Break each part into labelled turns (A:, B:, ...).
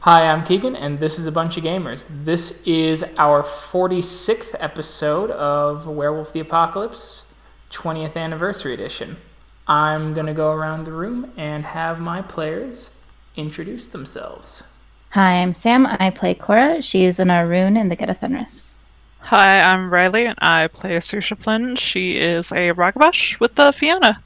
A: Hi, I'm Keegan, and this is A Bunch of Gamers. This is our 46th episode of Werewolf the Apocalypse, 20th Anniversary Edition. I'm going to go around the room and have my players introduce themselves.
B: Hi, I'm Sam. I play Cora. She is an Arun in the Geta Fenris.
C: Hi, I'm Riley, and I play Sushaplin. She is a Ragabash with the Fianna.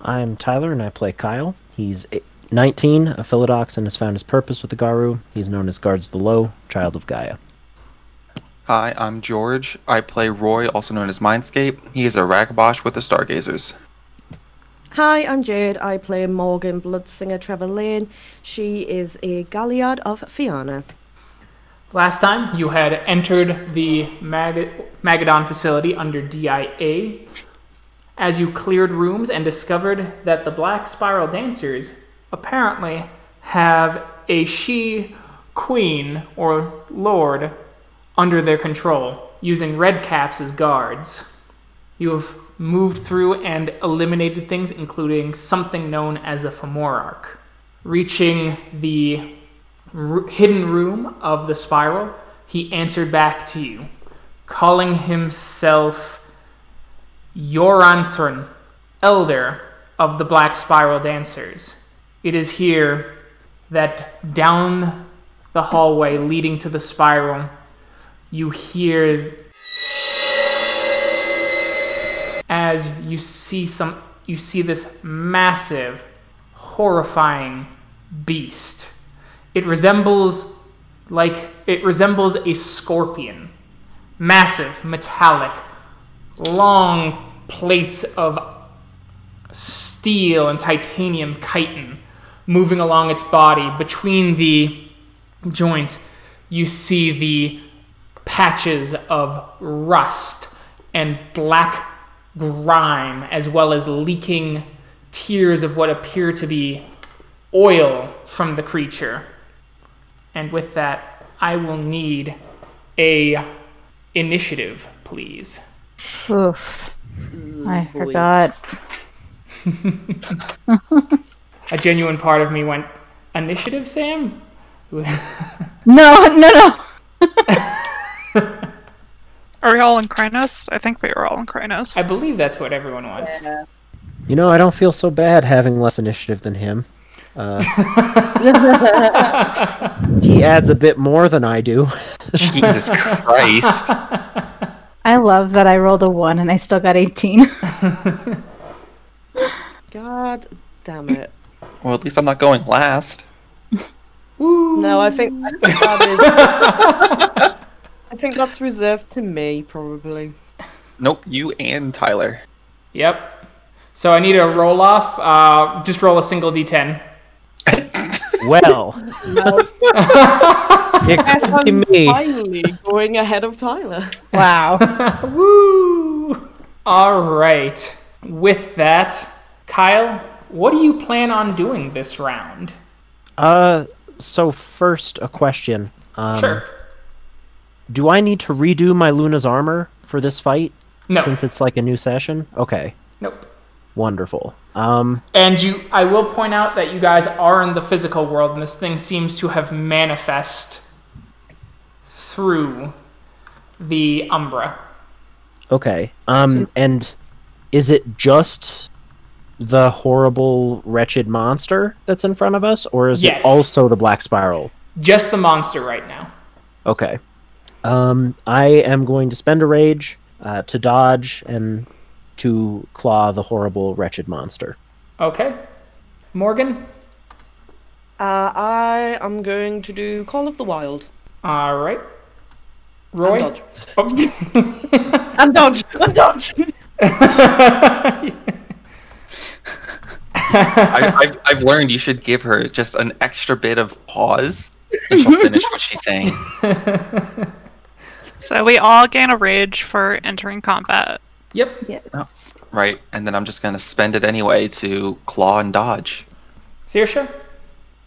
D: I'm Tyler, and I play Kyle. He's eight- 19, a Philodox, and has found his purpose with the Garu. He's known as Guards the Low, Child of Gaia.
E: Hi, I'm George. I play Roy, also known as Mindscape. He is a Ragabosh with the Stargazers.
F: Hi, I'm Jade. I play Morgan Bloodsinger Trevor Lane. She is a Galliard of Fianna.
A: Last time, you had entered the Mag- Magadon facility under DIA. As you cleared rooms and discovered that the Black Spiral Dancers apparently have a she queen or lord under their control, using red caps as guards. You have moved through and eliminated things, including something known as a Femorarch. Reaching the r- hidden room of the spiral, he answered back to you, calling himself Yoranthron, elder of the Black Spiral Dancers. It is here that down the hallway leading to the spiral, you hear as you see some you see this massive horrifying beast it resembles like it resembles a scorpion massive metallic long plates of steel and titanium chitin moving along its body between the joints you see the patches of rust and black grime, as well as leaking tears of what appear to be oil from the creature. And with that, I will need a initiative, please.
B: Oof. I forgot.
A: A genuine part of me went, initiative, Sam?
B: No, no, no.
C: Are we all in Krynos? I think we are all in Krynos.
A: I believe that's what everyone was.
D: You know, I don't feel so bad having less initiative than him. Uh, he adds a bit more than I do.
E: Jesus Christ.
B: I love that I rolled a one and I still got 18.
F: God damn it.
E: Well, at least I'm not going last.
F: No, I think, I think that is. I think that's reserved to me, probably.
E: Nope, you and Tyler.
A: Yep. So I need a roll off. Uh, just roll a single d10.
D: Well, you're kidding me.
F: Finally going ahead of Tyler.
B: wow.
A: Woo! All right. With that, Kyle, what do you plan on doing this round?
D: Uh, so first, a question. Um,
A: Sure.
D: Do I need to redo my Luna's armor for this fight
A: No.
D: since it's like a new session? Okay,
A: Nope.
D: wonderful. Um,
A: And you, I will point out that you guys are in the physical world, and this thing seems to have manifest through the Umbra.
D: Okay. Um and is it just the horrible wretched monster that's in front of us or is
A: Yes.
D: it also the black spiral?
A: Just the monster right now.
D: Okay. Um I am going to spend a rage uh, to dodge and to claw the horrible wretched monster.
A: Okay. Morgan?
F: Uh, I am going to do Call of the Wild.
A: All right. Roy?
F: dodge.
A: Oh.
F: And dodge! And dodge!
A: Oh.
E: I, I've, I've learned you should give her just an extra bit of pause and she'll finish what she's saying.
C: So we all gain a rage for entering combat.
A: yep.
B: Yes.
E: Right? And then I'm just going to spend it anyway to claw and dodge.
A: Sirsha?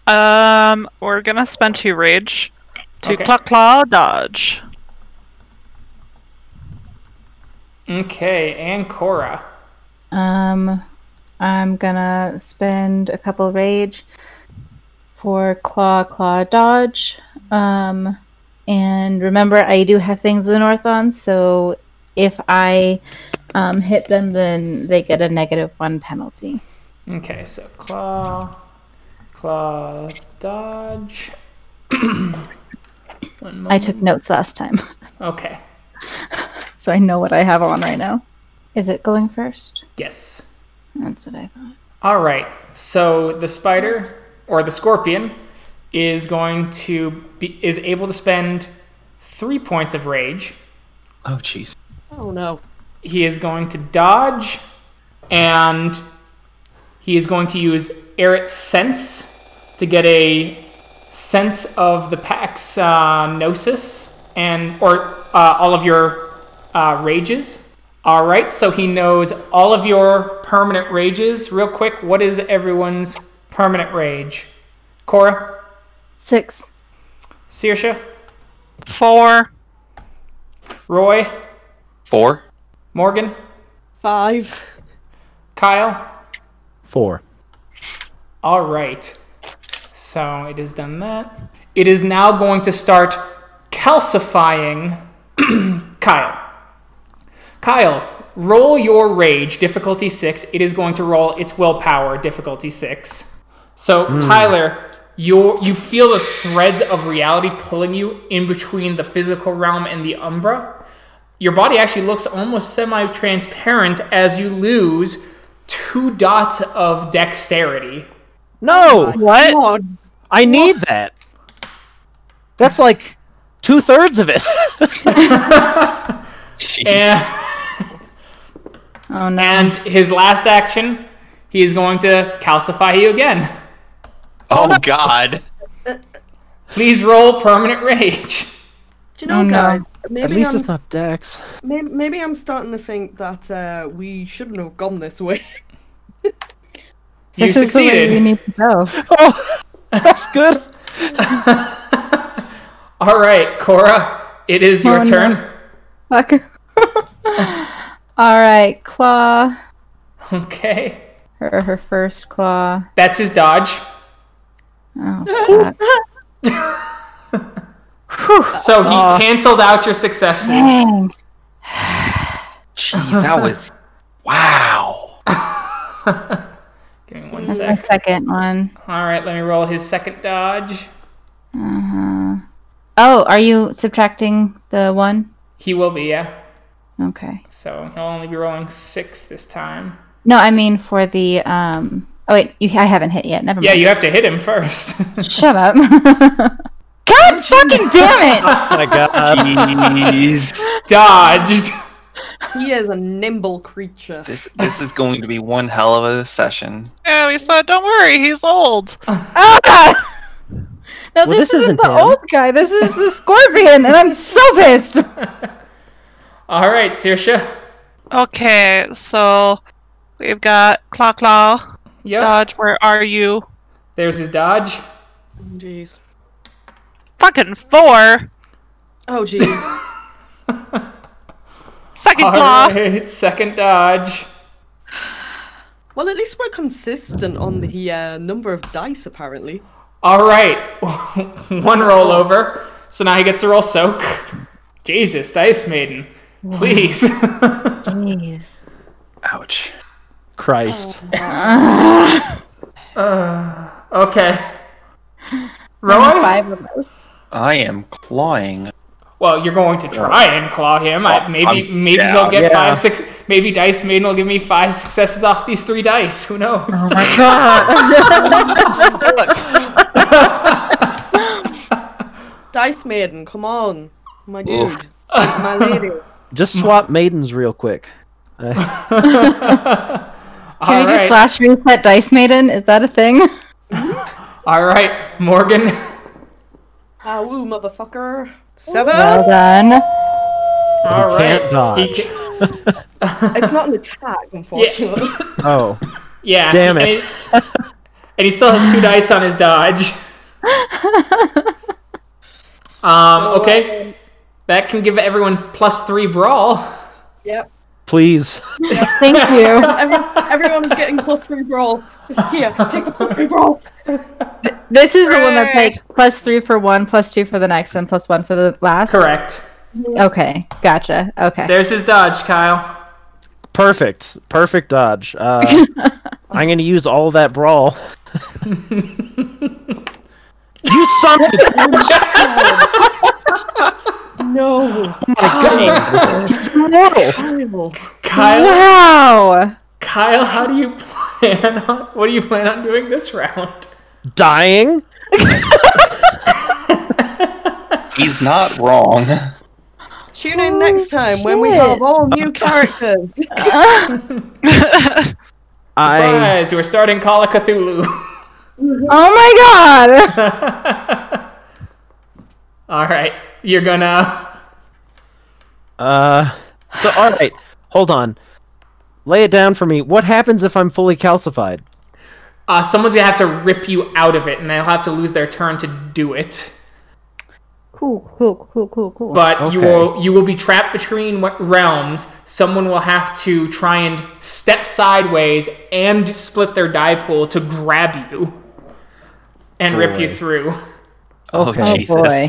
C: Um, we're gonna spend two rage to
A: Okay.
C: claw claw dodge.
A: Okay. And Cora?
B: Um, I'm gonna spend a couple rage for claw, claw, dodge. Um, and remember, I do have things in the north on, so if I um, hit them, then they get a negative one penalty.
A: Okay, so claw, claw, dodge. One
B: I took notes last time,
A: moment. Okay.
B: so I know what I have on right now. Is it going first?
A: Yes.
B: That's what I thought.
A: All right. So the spider or the scorpion is going to be is able to spend 3 points of rage.
E: Oh, jeez.
F: Oh no.
A: He is going to dodge and he is going to use Eret's sense to get a sense of the pack's uh, gnosis and or uh, all of your uh, rages. All right, so he knows all of your permanent rages. Real quick, what is everyone's permanent rage? Cora,
B: Six.
A: Searsha,
C: Four.
A: Roy,
E: Four?
A: Morgan,
F: Five.
A: Kyle.
D: Four.
A: All right. So it has done that. It is now going to start calcifying Kyle. Kyle, roll your rage, difficulty six. It is going to roll its willpower, difficulty six. So Tyler, you you feel the threads of reality pulling you in between the physical realm and the umbra. Your body actually looks almost semi-transparent as you lose two dots of dexterity.
D: No,
C: What?
D: I need that. That's like two thirds of it.
A: And
B: Oh no.
A: And his last action, he is going to calcify you again.
E: Oh, God.
A: Please roll permanent rage.
F: Do you know,
B: Oh, no.
F: guys? Maybe
D: At least
F: I'm,
D: it's not Dex.
F: may- maybe I'm starting to think that uh, we shouldn't have gone this way.
A: You
B: this is the way we
A: succeeded.
B: need to go.
D: Oh, that's good.
A: All right, Cora, it is your
B: Oh, no.
A: turn.
B: Fuck. All right, claw.
A: Okay.
B: Her, her first claw.
A: That's his dodge.
B: Oh, fuck.
A: So he canceled out your successes.
B: Dang.
E: Jeez, that was. Wow.
A: Give me one
B: That's my
A: sec.
B: second one.
A: All right, let me roll his second dodge.
B: Oh, are you subtracting the one?
A: He will be, yeah.
B: Okay.
A: So he'll only be rolling six this time.
B: No, I mean for the um. Oh wait, you, I haven't hit yet. Never
A: Yeah,
B: mind.
A: you have to hit him first.
B: Shut up. God fucking damn it!
D: Oh my god.
E: Jeez.
A: Dodged.
F: He is a nimble creature.
E: this, this is going to be one hell of a session.
C: Yeah, we Oh, said, don't worry, he's old.
B: Ah! No,
D: Well,
B: this,
D: this
B: isn't,
D: isn't
B: the
D: him.
B: old guy. This is the scorpion, and I'm so pissed.
A: All right, Sirsha.
C: Okay, so we've got Claw Claw.
A: Yep.
C: Dodge, where are you?
A: There's his dodge.
F: Jeez.
C: Fucking four.
F: Oh jeez.
C: Second
A: All
C: claw.
A: right, second dodge.
F: well, at least we're consistent on the uh, number of dice, apparently.
A: All right, one roll over. So now he gets to roll soak. Jesus, Dice Maiden, please.
B: Jeez.
E: Ouch.
D: Christ.
A: okay.
B: Only
A: Roy?
B: Five of us.
E: I am clawing.
A: Well, you're going to try and claw him. I,
E: Oh,
A: maybe,
E: I'm
A: maybe
E: down.
A: you'll get
D: Yeah.
A: five, six. Maybe Dice Maiden will give me five successes off these three dice. Who knows?
F: Dice Maiden, come on, my dude,
E: Oof.
F: my lady.
A: Mm.
D: Just swap maidens real quick. Uh,
B: Can we do
A: Alright.
B: slash reset dice maiden? Is that a thing?
A: All right, Morgan.
F: Ah, woo, motherfucker. Seven.
B: Well done.
A: All right.
D: can't
A: He
D: dodge.
A: ca-
F: It's not an attack, unfortunately.
D: oh,
A: yeah.
D: Damn
A: and
D: it.
A: he- and he still has two dice on his dodge. Um, okay. That can give everyone plus three brawl.
F: Yep.
D: please.
B: Thank you.
F: Every, everyone's getting plus three brawl. Just here, take the plus three roll.
B: This is the one that's
C: Hooray.
B: like plus three for one, plus two for the next, and plus one for the last.
A: Correct.
B: Okay, gotcha. Okay.
A: There's his dodge, Kyle.
D: Perfect. Perfect dodge. Uh, I'm going to use all that brawl. you son of a-
F: No,
D: He's immortal!
F: terrible.
A: Kyle,
B: Wow.
A: Kyle, how do you plan on, what do you plan on doing this round?
D: Dying?
E: He's not wrong.
F: Tune in next time when we have
B: shit.
F: all new characters.
D: I.
A: Guys, we're starting Call of Cthulhu.
B: Oh my god.
A: All right, you're gonna.
D: Uh, so, alright. Hold on. Lay it down for me. What happens if I'm fully calcified?
A: Uh, someone's gonna have to rip you out of it, and they'll have to lose their turn to do it.
B: Cool, cool, cool, cool, cool.
A: But you
D: Okay.
A: will you will be trapped between what realms. Someone will have to try and step sideways and split their die pool to grab you and rip you
D: Boy.
A: through.
E: Oh,
D: Okay.
E: Jesus.
B: boy.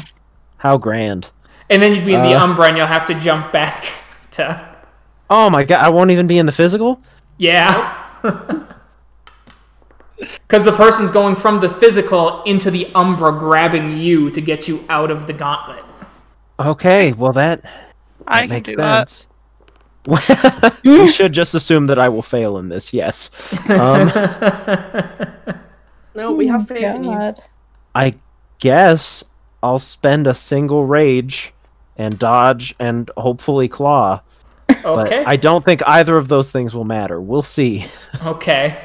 D: How grand.
A: And then you'd be in the
D: Uh.
A: Umbra, and you'll have to jump back to
D: Oh my god, I won't even be in the physical?
A: yeah. Because the person's going from the physical into the Umbra, grabbing you to get you out of the gauntlet.
D: Okay, well, that,
C: I
D: that
C: can
D: makes
C: do that.
D: sense. we should just assume that I will fail in this, yes. Um,
F: No, we have faith in you.
B: God.
D: I guess I'll spend a single rage and dodge and hopefully claw. But
A: Okay.
D: I don't think either of those things will matter. We'll see.
A: Okay.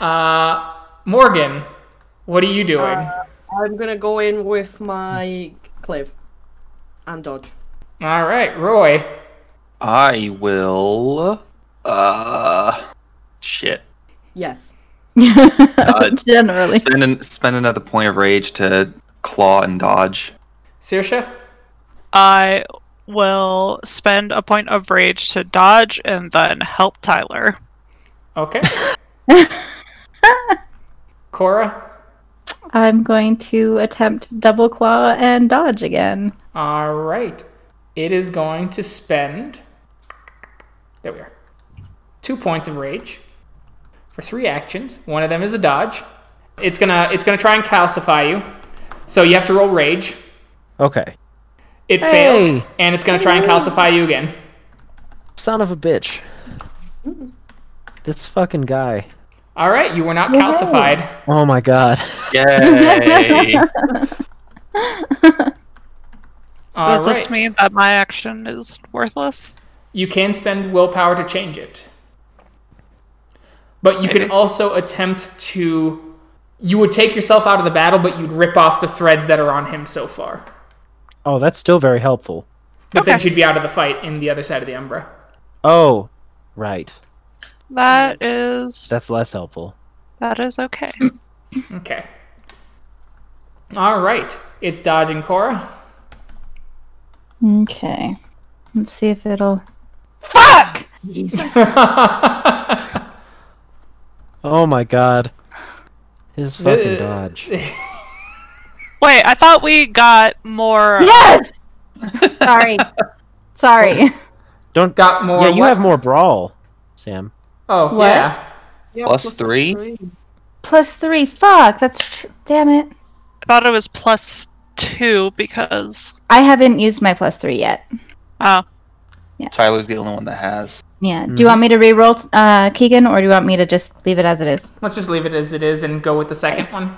A: Uh, Morgan, what are you doing?
F: I'm gonna go in with my cliff and dodge.
A: All right, Roy.
E: I will. Uh. Shit.
F: Yes.
E: Uh,
B: Generally.
E: spend, an, spend another point of rage to claw and dodge.
A: Sirsha?
C: I will spend a point of rage to dodge and then help Tyler.
A: Okay. Cora?
B: I'm going to attempt double claw and dodge again.
A: All right. It is going to spend. There we are. Two points of rage for three actions. One of them is a dodge. It's gonna it's gonna try and calcify you. So you have to roll rage.
D: Okay.
A: It
D: Hey!
A: fails, and it's gonna try and calcify you again.
D: Son of a bitch. This fucking guy.
A: All right, you were not calcified.
D: Oh my god.
E: Yay!
A: All
C: Does
A: right.
C: this mean that my action is worthless?
A: You can spend willpower to change it. But you can
E: Maybe.
A: also attempt to. You would take yourself out of the battle, but you'd rip off the threads that are on him so far.
D: Oh, that's still very helpful.
A: But then
C: Okay.
A: she'd be out of the fight in the other side of the Umbra.
D: Oh, right.
C: That is
D: That's less helpful.
C: that is okay.
A: Okay. All right. It's dodging Cora.
B: Okay. Let's see if it'll. Fuck!
D: Oh my god. His
C: Uh,
D: fucking dodge.
C: Wait, I thought we got more.
B: Yes! Sorry. Sorry.
D: Don't
A: Got more.
D: Yeah, you
A: what-
D: have more brawl, Sam.
A: Oh,
B: What?
A: yeah.
F: Yeah,
E: Plus three?
B: Plus three. Fuck. That's. Tr- Damn it.
C: I thought it was plus two because
B: I haven't used my plus three yet.
C: oh
E: Tyler's the only one that has.
B: Yeah. Do you want me to reroll, t- uh, Keegan, or do you want me to just leave it as it is?
A: Let's just leave it as it is and go with the second one.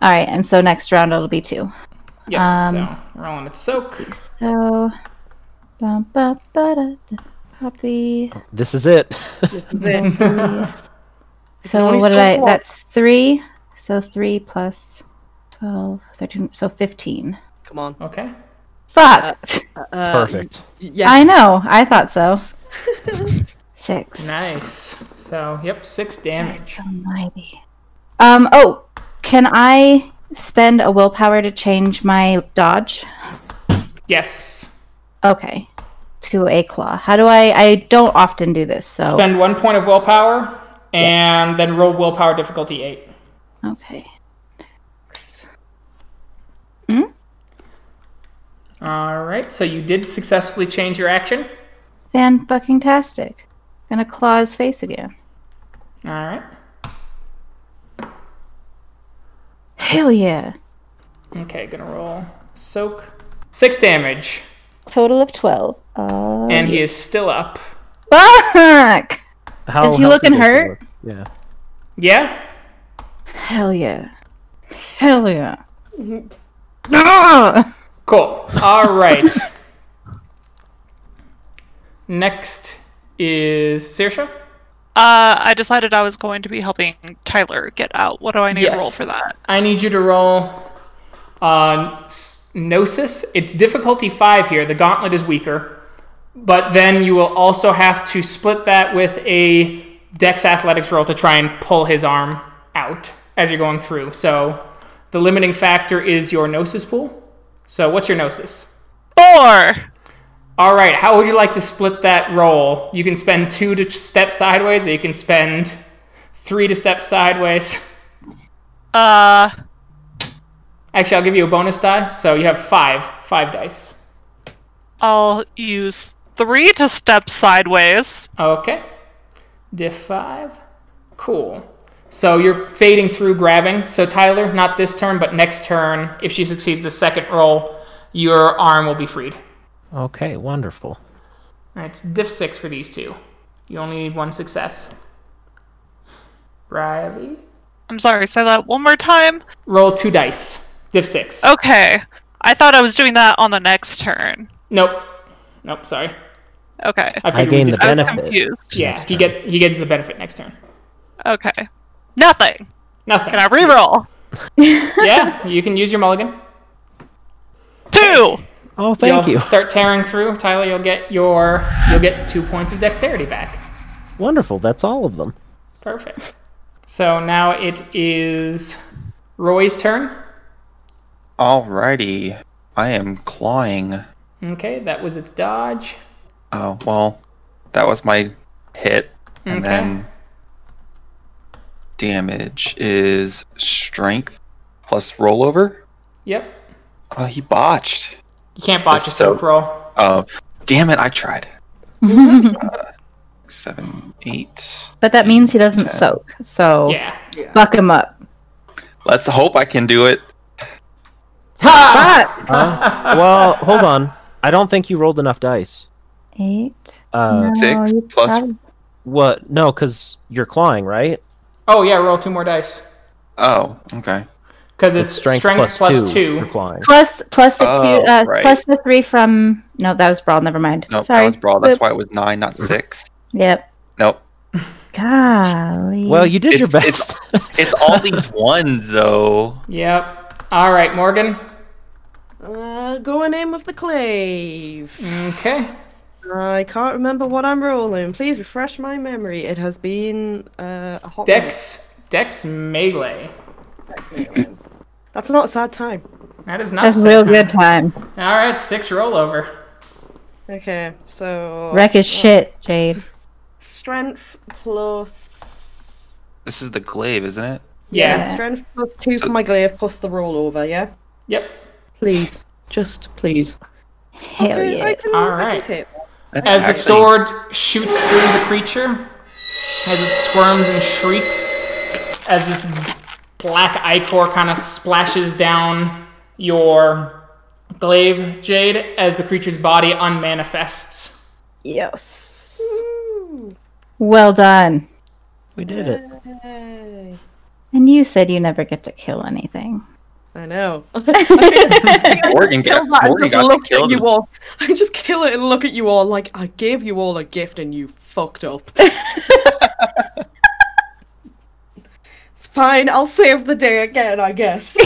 B: All right. And so next round it'll be two.
A: Yeah.
B: Um,
A: so rolling its soak.
B: So. Bum, ba, ba, da, da. Copy.
D: This is it.
B: So
F: only
B: what did
F: so
B: I?
F: far.
B: That's three. So three plus 12, 13, so 15.
F: Come on.
A: Okay.
B: Fuck!
F: Uh,
D: Perfect.
F: y- yes.
B: I know. I thought so. Six.
A: Nice. So, yep, six damage.
B: Almighty. Um. Oh, can I spend a willpower to change my dodge?
A: Yes.
B: Okay. To a claw. How do I? I don't often do this. So
D: Oh.
A: Spend one point of willpower and then roll willpower difficulty eight.
B: Okay. Six.
A: All right, so you did successfully change your action.
B: Fan fucking tastic. Gonna claw his face again.
A: All right.
B: Hell yeah.
A: Okay, gonna roll soak. Six damage,
B: Total of 12. Oh.
A: and he is still up.
B: Fuck!
D: How
B: Is he
D: healthy
B: looking
D: does
B: hurt?
D: look? Yeah.
A: Yeah.
B: Hell yeah. Hell yeah. Ah!
A: Cool. All right. Next is Sirsha.
C: Uh, I decided I was going to be helping Tyler get out. What do I need
A: Yes.
C: to roll for that?
A: I need you to roll uh, s- Gnosis. It's difficulty five here. The gauntlet is weaker. But then you will also have to split that with a Dex athletics roll to try and pull his arm out as you're going through. So the limiting factor is your Gnosis pool. So what's your Gnosis?
C: Four.
A: All right, how would you like to split that roll? You can spend two to step sideways, or you can spend three to step sideways.
C: Uh,
A: Actually, I'll give you a bonus die. So you have five, five dice.
C: I'll use three to step sideways.
A: Okay. Diff five. Cool. So you're fading through grabbing. So Tyler, not this turn, but next turn, if she succeeds the second roll, your arm will be freed.
D: Okay, wonderful.
A: All right, it's diff six for these two. You only need one success. Riley,
C: I'm sorry, say that one more time.
A: roll two dice. Diff
C: Oh.
A: six.
C: Okay. I thought I was doing that on the next turn.
A: Nope. Nope. Sorry.
C: Okay. I
A: figured we
D: gained the
A: just-
C: was
D: benefit.
C: confused.
A: Yeah,
D: next
A: he
D: turn.
A: get he gets the benefit next turn.
C: Okay. Nothing.
A: Nothing.
C: Can I reroll?
A: yeah, you can use your mulligan.
C: Two.
D: Oh, thank
A: You'll
D: you.
A: Start tearing through, Tyler. You'll get your you'll get two points of dexterity back.
D: Wonderful. That's all of them.
A: Perfect. So now it is Roy's turn.
E: Alrighty. I am clawing.
A: Okay, that was its dodge.
E: Oh, well, that was my hit. And
A: Okay.
E: then damage is strength plus rollover.
A: Yep.
E: Oh, he botched.
A: You can't botch a
E: Just so-
A: soak roll.
E: Oh, damn it, I tried. Uh, seven, eight.
B: but that means he doesn't soak, so
A: Yeah.
B: fuck him up.
E: Let's hope I can do it.
B: Fuck!
D: Huh? well, hold on. I don't think you rolled enough dice.
B: Eight. Oh,
D: Uh,
E: six
B: you
E: plus-
B: probably-
D: What? No, because you're clawing, right?
A: Oh yeah, roll two more dice
E: Oh, okay.
A: because it's, strength, plus, plus two.
D: for clawing.
B: plus plus the
E: Oh,
B: two, uh,
E: right.
B: plus the three from no, that was brawl. Never mind.
E: Nope,
B: Sorry.
E: that was brawl. That's
B: Boop.
E: why it was nine, not six.
B: Yep.
E: Nope.
B: Golly.
D: Well, you did your
E: It's-
D: best.
E: It's all these ones, though.
A: Yep. All right, Morgan.
F: Uh, go in aim of the clave.
A: Okay.
F: I can't remember what I'm rolling. Please refresh my memory. It has been uh, a hot minute.
A: Dex. Dex melee.
F: That's not a sad time.
A: That is not.
B: That's a
A: set
B: real
A: time.
B: good time.
A: All right, six rollover.
F: Okay, so
B: Wreck is shit, Jade.
F: strength plus
E: This is the glaive, isn't it?
A: Yeah.
B: Yeah.
F: strength plus two for my glaive plus the rollover. Yeah,
A: Yep.
F: please, just please.
B: Hell
F: Okay,
B: yeah.
F: I can,
A: All
F: I
A: right.
F: can take that.
E: That's
A: As the
E: actually-
A: sword shoots through the creature, as it squirms and shrieks, as this black ichor kind of splashes down your glaive, Jade, as the creature's body unmanifests.
B: Yes. Well done.
D: we did it.
F: Yay.
B: And you said you never get to kill anything.
F: I know.
E: Morgan got,
F: I
E: Morgan
F: just
E: got
F: look
E: killed.
F: at you all. I just kill it and look at you all like I gave you all a gift and you fucked up. it's fine. I'll save the day again. I guess.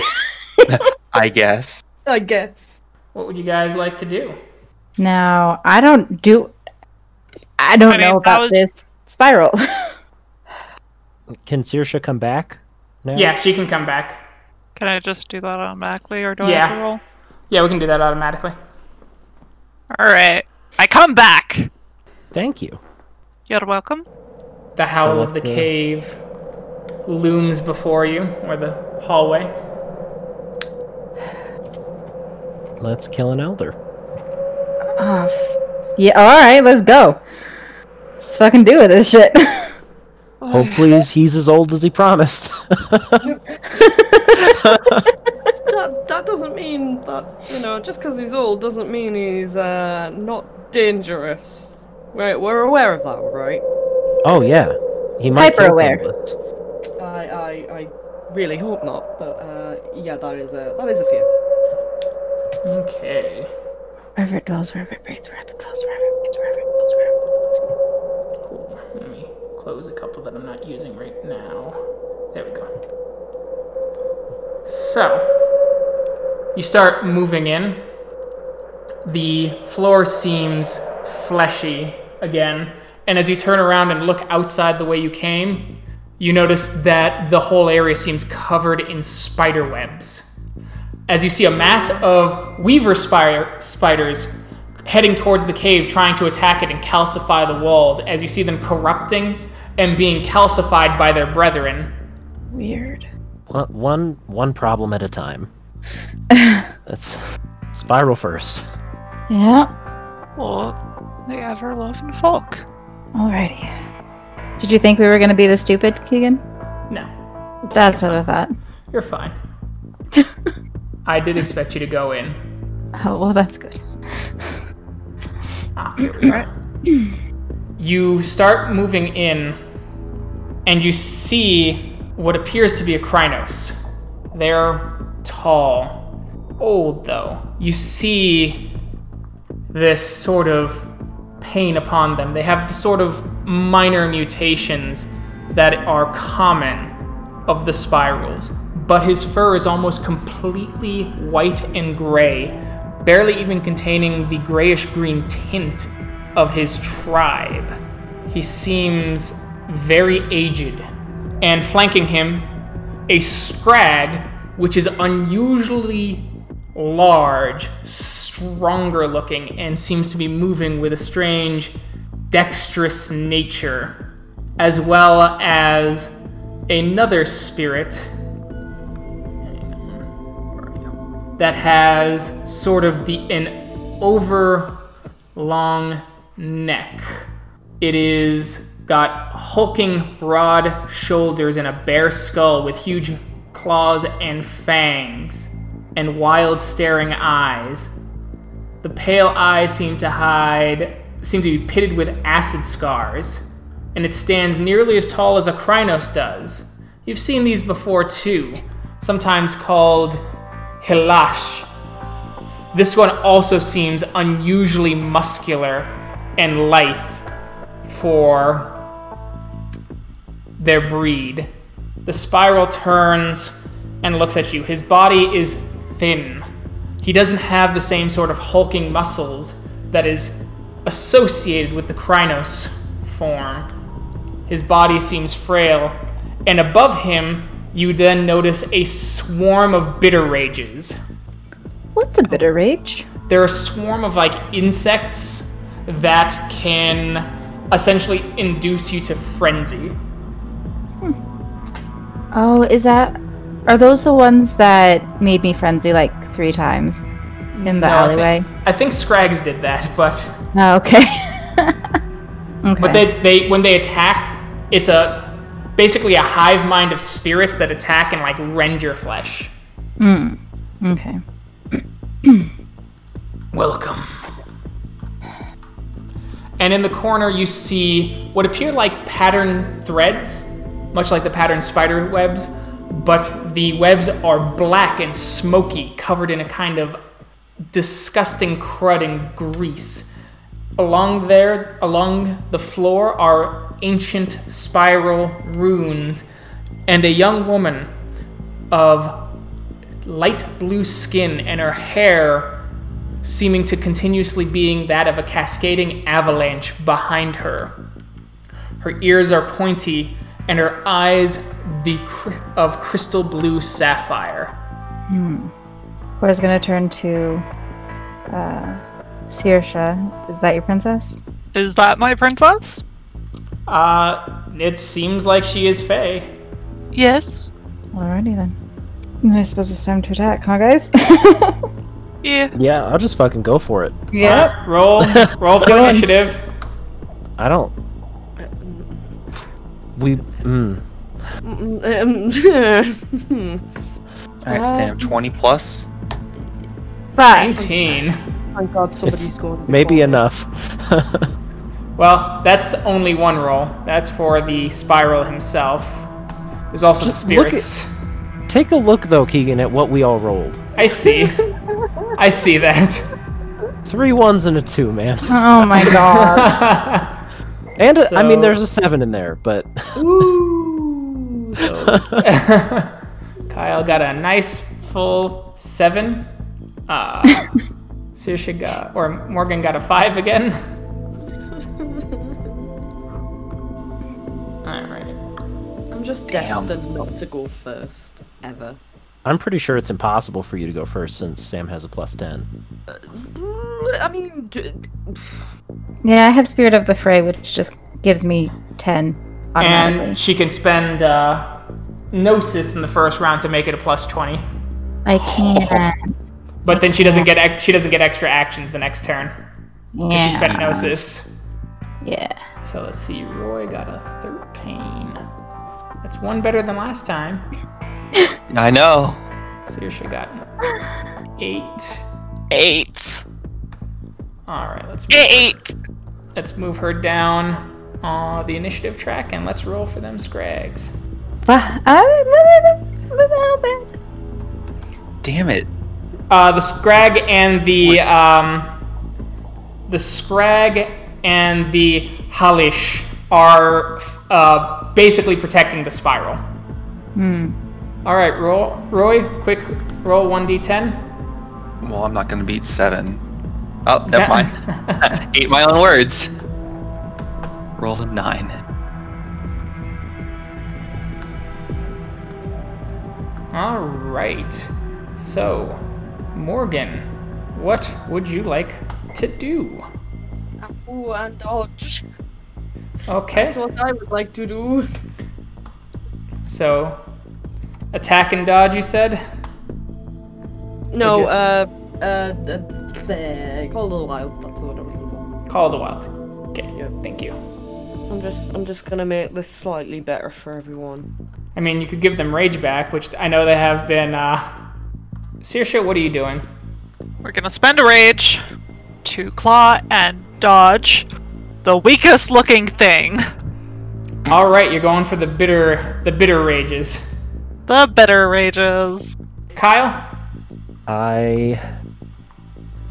E: I guess.
F: I guess.
A: What would you guys like to do?
B: Now, I don't do. I don't
C: I mean,
B: know
C: that
B: about
C: was-
B: this spiral.
D: Can Sirsha come back? Now?
A: Yeah, she can come back.
C: Can I just do that automatically or do I
A: Yeah.
C: have to roll?
A: Yeah, we can do that automatically.
C: All right. I come back.
D: Thank you.
C: You're welcome.
A: The howl of the
D: let's, uh,
A: cave looms before you, or the hallway.
D: Let's kill an elder.
B: Oh, f- yeah, all right, let's go. Let's fucking do with this shit. Oh,
D: Hopefully, he's, he's as old as he promised.
F: That, that doesn't mean that, you know, just because he's old doesn't mean he's uh, not dangerous. We're, we're aware of that, right?
D: oh yeah, he might
B: Hyper
D: kill
B: aware.
D: Thumbless.
F: I, I, I really hope not, but uh, yeah, that is a that is a fear.
A: Okay.
B: wherever it dwells, wherever it breeds, wherever it dwells, wherever it breeds, wherever it dwells, wherever it breeds.
A: Cool. Let me close a couple that I'm not using right now. There we go. So, you start moving in. The floor seems fleshy again. And as you turn around and look outside the way you came, you notice that the whole area seems covered in spider webs. As you see a mass of weaver spire- spiders heading towards the cave, trying to attack it and calcify the walls, as you see them corrupting and being calcified by their brethren.
B: Weird.
D: One- one one problem at a time. That's spiral first.
B: Yeah.
C: Well, the ever-loving folk.
B: Alrighty. Did you think we were gonna be this stupid, Keegan?
A: No,
B: That's what I thought.
A: you're fine. I did expect you to go in.
B: Oh well, that's good.
A: Ah, here we are. You start moving in, and you see what appears to be a Krynos. They're tall, old though. You see this sort of pain upon them. They have the sort of minor mutations that are common of the spirals, but his fur is almost completely white and gray, barely even containing the grayish green tint of his tribe. He seems very aged, and flanking him, a scrag which is unusually large, stronger looking, and seems to be moving with a strange, dexterous nature, as well as another spirit that has sort of the an over long neck. It is got hulking broad shoulders and a bare skull with huge claws and fangs and wild staring eyes. The pale eyes seem to hide seem to be pitted with acid scars, and it stands nearly as tall as a Krynos does. You've seen these before too, sometimes called Hilash. This one also seems unusually muscular and lithe for their breed. The spiral turns and looks at you. His body is thin. He doesn't have the same sort of hulking muscles that is associated with the Krynos form. His body seems frail, and above him, you then notice a swarm of bitter rages.
B: What's a bitter rage?
A: They're a swarm of like insects that can essentially induce you to frenzy.
B: Oh, is that? Are those the ones that made me frenzy like three times in
A: No,
B: the
A: I think-
B: alleyway?
A: I think Scrags did that, but
B: Oh, okay. okay.
A: But they, they when they attack, it's a basically a hive mind of spirits that attack and like rend your flesh.
B: okay.
A: Welcome. And in the corner, you see what appear like pattern threads, much like the pattern spider webs, but the webs are black and smoky, covered in a kind of disgusting crud and grease. Along there, along the floor, are ancient spiral runes, and a young woman of light blue skin and her hair seeming to continuously being that of a cascading avalanche behind her. Her ears are pointy, and her eyes the cr- of crystal blue sapphire.
B: Cora's gonna turn to uh, Sirsha. Is that your princess?
C: Is that my princess?
A: Uh, It seems like she is Fey.
C: Yes.
B: Alrighty then. I suppose it's time to attack, huh, guys?
C: Yeah.
D: Yeah, I'll just fucking go for it.
B: yeah.
A: Let's Uh, Roll. Roll for initiative.
D: I don't. We. Mm,
F: Um, Mm, um,
E: I
F: Wow.
E: stand 20 plus.
B: Five.
A: 19.
F: Thank God somebody's
D: It's
F: going.
D: maybe
F: before.
D: enough.
A: Well, that's only one roll. That's for the spiral himself. There's also
D: Just
A: the
D: look at-
A: spirits.
D: Take a look though, Keegan, at what we all rolled.
A: I see. I see that.
D: Three ones and a two, man.
B: Oh my god.
D: And a, I mean,
A: So-
D: there's a seven in there, but
A: Ooh. so- Kyle got a nice full seven. Uh, Sirsha got, or Morgan got a five again. All right.
F: I'm just
E: Damn.
F: destined not to go first ever.
D: I'm pretty sure it's impossible for you to go first since Sam has a plus ten.
F: Mm, I mean, d-
B: yeah, I have Spirit of the Fray, which just gives me ten automatically.
A: And she can spend uh, Gnosis in the first round to make it a plus twenty.
B: I can.
A: But then she doesn't get ex- she doesn't get extra actions the next turn. 'cause She spent
B: Yeah.
A: Gnosis.
B: Yeah.
A: So let's see. Roy got a thirteen. That's one better than last time.
E: I know.
A: Saoirse got an eight.
C: Eight.
A: All right. Let's move her,
C: Eight.
A: let's move her down uh, the initiative track and let's roll for them scrags.
B: But I moving bit.
E: Damn it.
A: Uh, the Scrag and the um, the Scrag and the Halish are uh, basically protecting the spiral. All right, roll, Roy. Quick, roll one d10.
E: Well, I'm not gonna beat seven. Oh, never mind. Ate my own words. Roll a nine.
A: All right. So, Morgan, what would you like to do?
F: ooh, and dodge.
A: Okay.
F: That's what I would like to do.
A: So, attack and dodge. You said.
F: No,
A: Would you-
F: uh, uh, uh, uh, call of the wild. That's the word I was looking for.
A: Call of the Wild. Okay.
F: Yep.
A: Thank you.
F: I'm just, I'm just gonna make this slightly better for everyone.
A: I mean, you could give them rage back, which I know they have been. Uh... Saoirse, what are you doing?
C: We're gonna spend a rage to claw and dodge the weakest looking thing.
A: All right, you're going for the bitter, the bitter rages.
C: The bitter rages.
A: Kyle,
D: I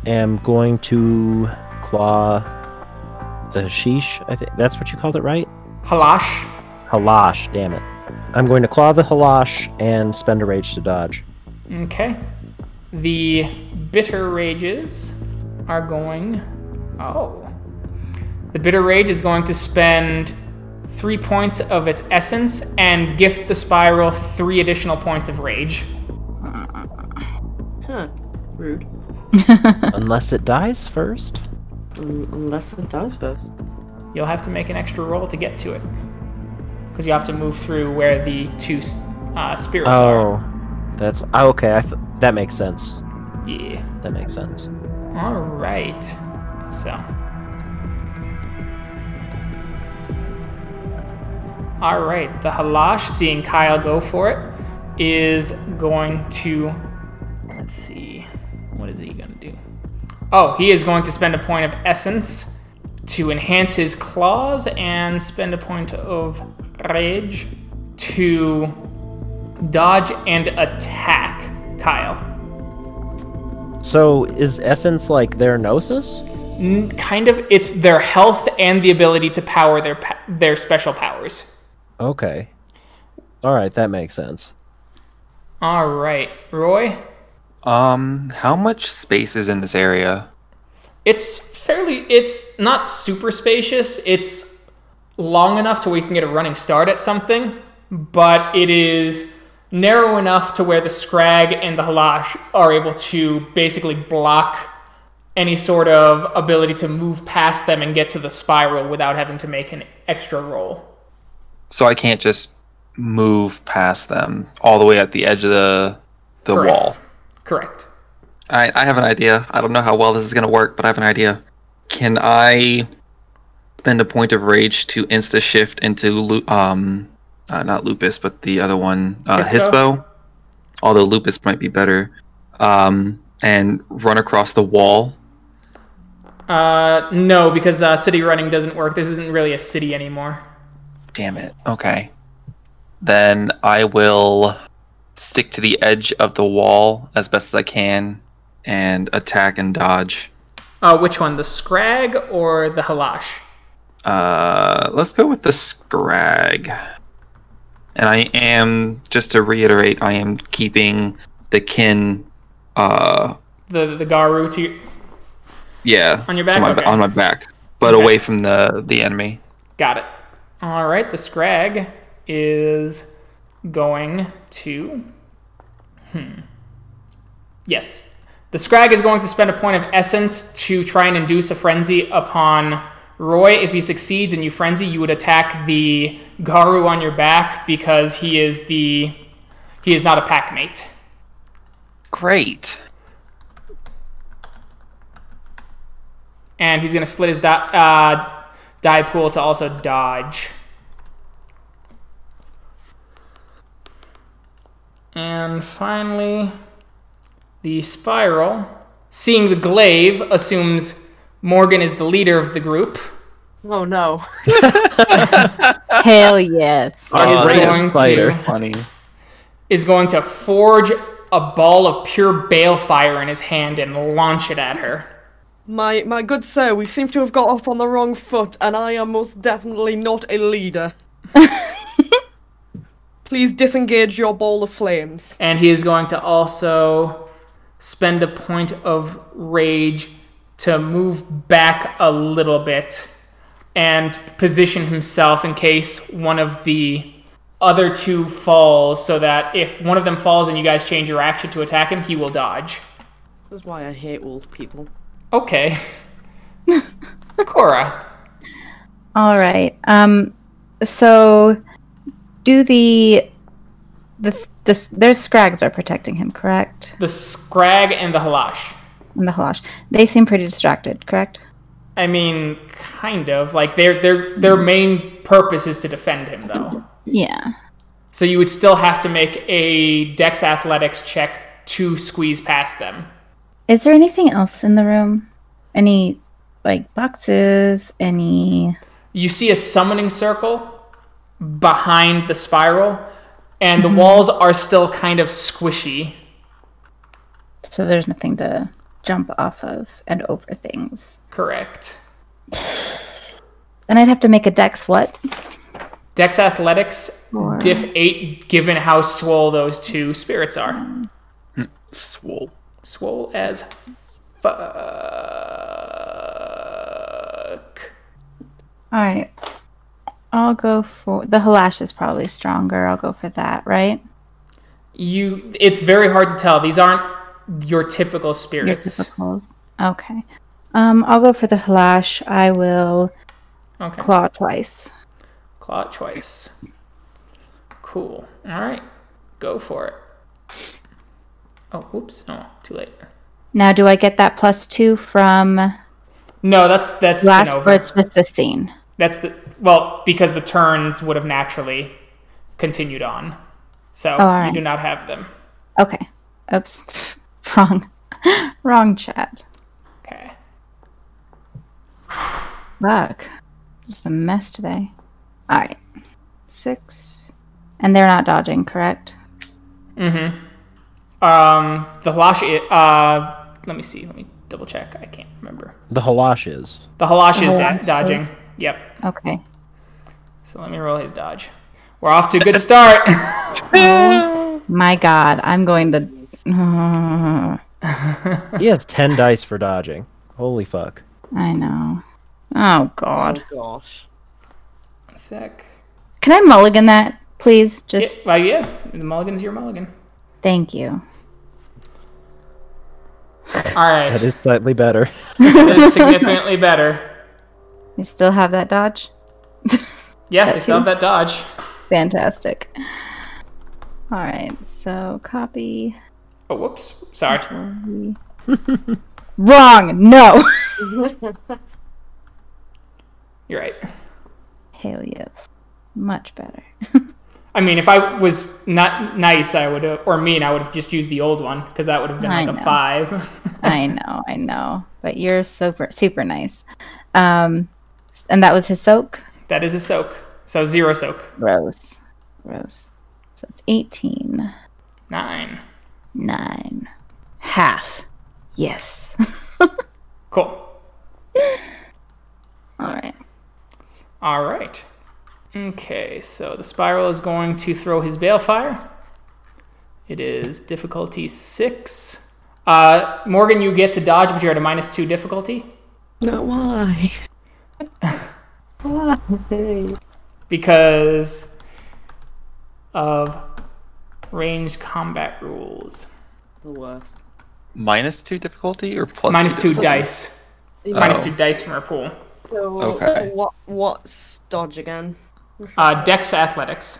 D: am going to claw the sheesh. I think that's what you called it, right?
A: Halash.
D: Halash. Damn it. I'm going to claw the halash and spend a rage to dodge.
A: Okay. The bitter rages are going. Oh. The bitter rage is going to spend three points of its essence and gift the spiral three additional points of rage.
F: Huh? Rude.
D: Unless it dies first.
F: Um, unless it dies first.
A: You'll have to make an extra roll to get to it. Because you have to move through where the two uh, spirits
D: Oh, that's oh, okay. I th- that makes sense.
A: are. Yeah.
D: That makes sense.
A: All right. So. All right. The Halash, seeing Kyle go for it, is going to. Let's see. What is he going to do? Oh, he is going to spend a point of essence to enhance his claws and spend a point of rage to dodge and attack Kyle.
D: So is essence like their gnosis?
A: N- kind of it's their health and the ability to power their pa- their special powers
D: Okay. All right, that makes sense.
A: all right roy
E: Um, how much space is in this area?
A: it's fairly it's not super spacious it's long enough to where you can get a running start at something but it is narrow enough to where the scrag and the halash are able to basically block any sort of ability to move past them and get to the spiral without having to make an extra roll
E: So I can't just move past them all the way at the edge of the the
A: Correct.
E: wall.
A: Correct.
E: All right, I have an idea. I don't know how well this is gonna work, but I have an idea. Can I spend a point of rage to insta shift into lu- um, uh, not lupus, but the other one, uh,
A: Hispo?
E: hispo? Although lupus might be better, um, and run across the wall.
A: Uh, no, because uh, city running doesn't work. This isn't really a city anymore.
E: Damn it. Okay. Then I will stick to the edge of the wall as best as I can and attack and dodge.
A: Uh, which one, the Scrag or the Halash?
E: Uh, let's go with the scrag. And I am, just to reiterate, I am keeping the kin, uh,
A: The the Garu to your...
E: yeah,
A: On your
E: to
A: back?
E: my,
A: Okay.
E: on my back, but
A: Okay.
E: away from the the enemy.
A: got it. All right, the Scrag is going to. Hmm. Yes, the Scrag is going to spend a point of essence to try and induce a frenzy upon Roy. If he succeeds and you frenzy, you would attack the Garu on your back because he is the he is not a pack mate.
E: Great.
A: and he's gonna split his di- uh, die pool to also dodge. And finally, the spiral, seeing the glaive, assumes Morgan is the leader of the group.
F: Oh no.
B: Hell yes.
D: Our
E: Uh,
D: greatest
A: going to-
D: fighter.
E: Funny.
A: Is going to forge a ball of pure balefire in his hand and launch it at her.
F: My my good sir, we seem to have got off on the wrong foot, and I am most definitely not a leader. Please disengage your ball of flames.
A: And he is going to also spend a point of rage to move back a little bit and position himself in case one of the other two falls so that if one of them falls and you guys change your action to attack him, he will dodge.
F: This is why I hate old people.
A: Okay. Cora.
B: All right. Um, so do the the the s- their scrags are protecting him, correct?
A: The Scrag and the Halash.
B: And the halash. They seem pretty distracted, correct?
A: I mean, kind of. Like their their their main purpose is to defend him though.
B: Yeah.
A: So you would still have to make a dex athletics check to squeeze past them.
B: Is there anything else in the room? Any like boxes? Any?
A: You see a summoning circle behind the spiral, and the walls are still kind of squishy.
B: So there's nothing to jump off of and over things.
A: Correct.
B: Then I'd have to make a dex. What?
A: Dex athletics, diff 8, given how swole those two spirits are.
E: Swole.
A: Swole as fuck.
B: All right. I'll go for the halash is probably stronger. I'll go for that. Right.
A: You, it's very hard to tell. These aren't your typical
B: Your
A: spirits.
B: typicals. Okay. Um, I'll go for the halash. I will
A: Okay.
B: claw twice.
A: Claw it twice. Cool. All right. Go for it. Oh, oops. No, too late.
B: Now, do I get that plus two from
A: No, that's that's been
B: last,
A: over.
B: or it's just the scene?
A: That's the well because the turns would have naturally continued on, so
B: all
A: you
B: right.
A: do not have them.
B: Okay. Oops. Wrong. Wrong chat.
A: Okay.
B: Fuck. Just a mess today. All right. Six. And they're not dodging, correct?
A: Um, the halash. i- Uh, let me see. Let me double check. I can't remember.
D: The Halash is.
A: The halash is da-
B: Halash
A: dodging.
B: is-
A: Yep.
B: Okay.
A: So let me roll his dodge. We're off to a good start.
B: My God, I'm going to.
D: He has 10 dice for dodging. Holy fuck.
B: I know. Oh God.
F: Gosh.
A: Sec.
B: Can I mulligan that, please? Just
A: Well, yeah. The mulligan's your mulligan.
B: thank you.
A: All right.
D: That is slightly better.
A: That is significantly better.
B: You still have that dodge?
A: Yeah, they still have
B: too.
A: that dodge.
B: Fantastic. All right, so copy.
A: Oh, whoops. Sorry.
B: Wrong. No.
A: You're right.
B: Hell yes. Much better.
A: I mean, if I was not nice, I would have, or mean, I would have just used the old one because that would have been
B: I
A: like
B: know.
A: a five.
B: I know, I know. But you're super, super nice. Um, s- and that was his soak.
A: that is a soak. So zero soak.
B: Gross. Gross. So it's 18.
A: Nine.
B: Nine. Half. Yes.
A: Cool.
B: All right.
A: All right. Okay, so the spiral is going to throw his balefire. It is difficulty six. Uh, Morgan, you get to dodge, but you're at a minus two difficulty
F: No, why? why?
A: because of range combat rules.
F: The worst.
E: Minus two difficulty or plus Oh.
A: Minus two
E: difficulty?
A: dice. Minus two dice from her pool.
F: So,
E: Okay.
F: what? What's dodge again?
A: Uh, Dex athletics.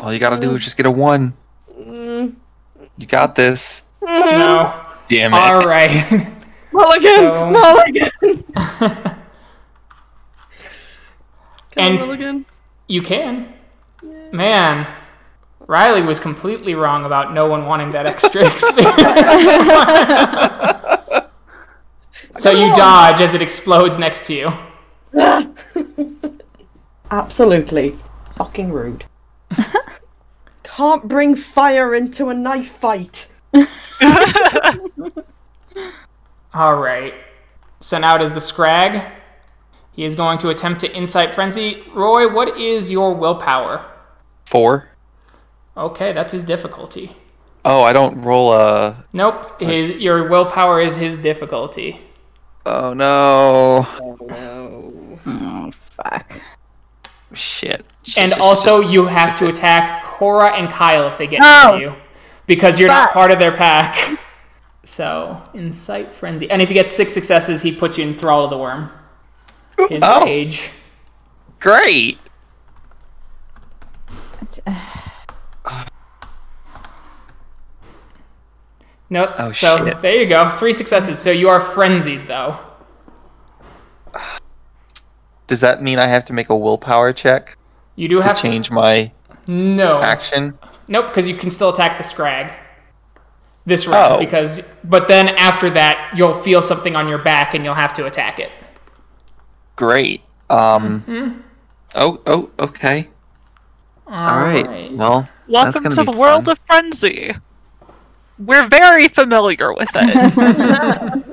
E: All you gotta do is just get a one. You got this.
A: No.
E: Damn it.
A: All right.
F: Not again.
A: So-
F: Not again. Can
A: And-
F: I roll again?
A: You can. Man, Riley was completely wrong about no one wanting that extra experience. so you dodge as it explodes next to you.
F: Absolutely. Fucking rude. Can't bring fire into a knife fight.
A: All right. So now it is the Scrag. He is going to attempt to incite frenzy. Roy, what is your willpower?
E: Four.
A: Okay, that's his difficulty.
E: Oh, I don't roll a.
A: Nope, his your willpower is his difficulty.
E: Oh no.
F: No.
B: Oh, fuck.
E: Shit. Shit,
A: And
E: shit,
A: also,
E: shit,
A: you have to attack Cora and Kyle if they get
B: Oh.
A: to you, because you're not
B: Fuck.
A: part of their pack. So incite frenzy, and if you get six successes, he puts you in thrall of the worm. His
E: Oh.
A: rage.
E: shit. Great.
B: It's- uh,
A: Nope.
E: Oh,
A: so
E: shit.
A: there you go, three successes. So you are frenzied, though.
E: Does that mean I have to make a willpower check
A: You do
E: to
A: have
E: change my
A: To, no.
E: action?
A: Nope, because you can still attack the scrag this round.
E: Oh.
A: Because, but then after that, you'll feel something on your back, and you'll have to attack it.
E: Great. Um. Oh. Oh. Okay. All right. Well.
C: Welcome
E: gonna
C: to
E: be
C: the world
E: fun.
C: of frenzy. We're very familiar with it.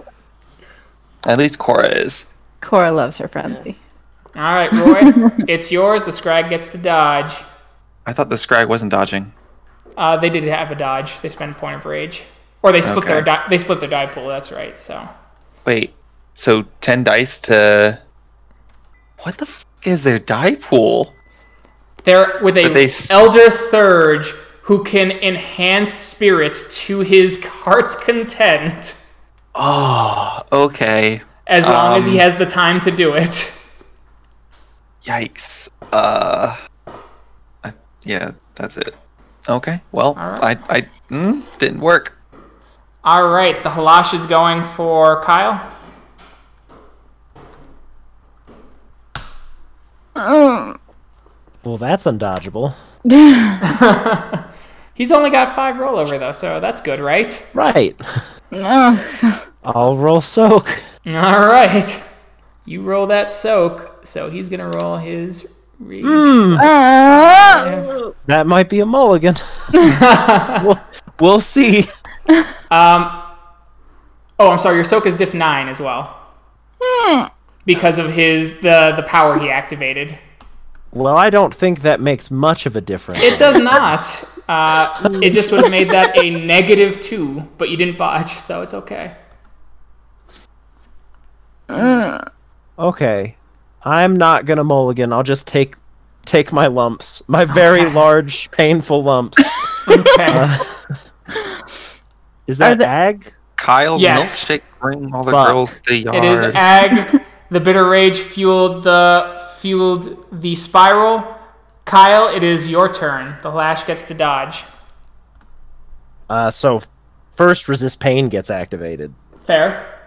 E: At least Cora is.
B: Cora loves her frenzy.
A: All right, Roy. it's yours. The scrag gets to dodge.
E: I thought the Scrag wasn't dodging.
A: Uh, they did have a dodge. They spent a point of rage, or they split their
E: Okay.
A: di- they split their die pool. That's right. So
E: Wait. So ten dice to. What the f- is their die pool?
A: they're with a
E: But they s-
A: elder thurge who can enhance spirits to his heart's content
E: Oh. Okay.
A: as long as he
E: Um.
A: has the time to do it.
E: Yikes. Uh. I, yeah. That's it. Okay. Well.
A: Alright.
E: I. I. Mm, didn't work.
A: All right, the halash is going for Kyle.
D: Well, that's undodgeable.
A: He's only got five rollover though, so that's good, right?
D: Right.
B: Ugh.
D: I'll roll soak.
A: All right, you roll that soak, so he's gonna roll his. Re-
B: Ah.
D: That might be a mulligan. we'll, we'll see.
A: Um. Oh, I'm sorry. Your soak is diff nine as well. Because of his the the power he activated.
D: Well, I don't think that makes much of a difference.
A: It does not. Uh, it just would have made that a negative two, but you didn't botch, so it's okay.
D: Okay. I'm not gonna mulligan. I'll just take take my lumps. My very large, painful lumps.
A: Okay.
D: Is that
B: the-
D: ag?
E: Kyle
A: Yes.
E: milkshake bring all the
D: Fuck.
E: girls to the yard.
A: it is ag The bitter rage fueled the fueled the spiral. Kyle, it is your turn. The lash gets to dodge.
D: Uh, so f- first, resist pain gets activated.
A: Fair.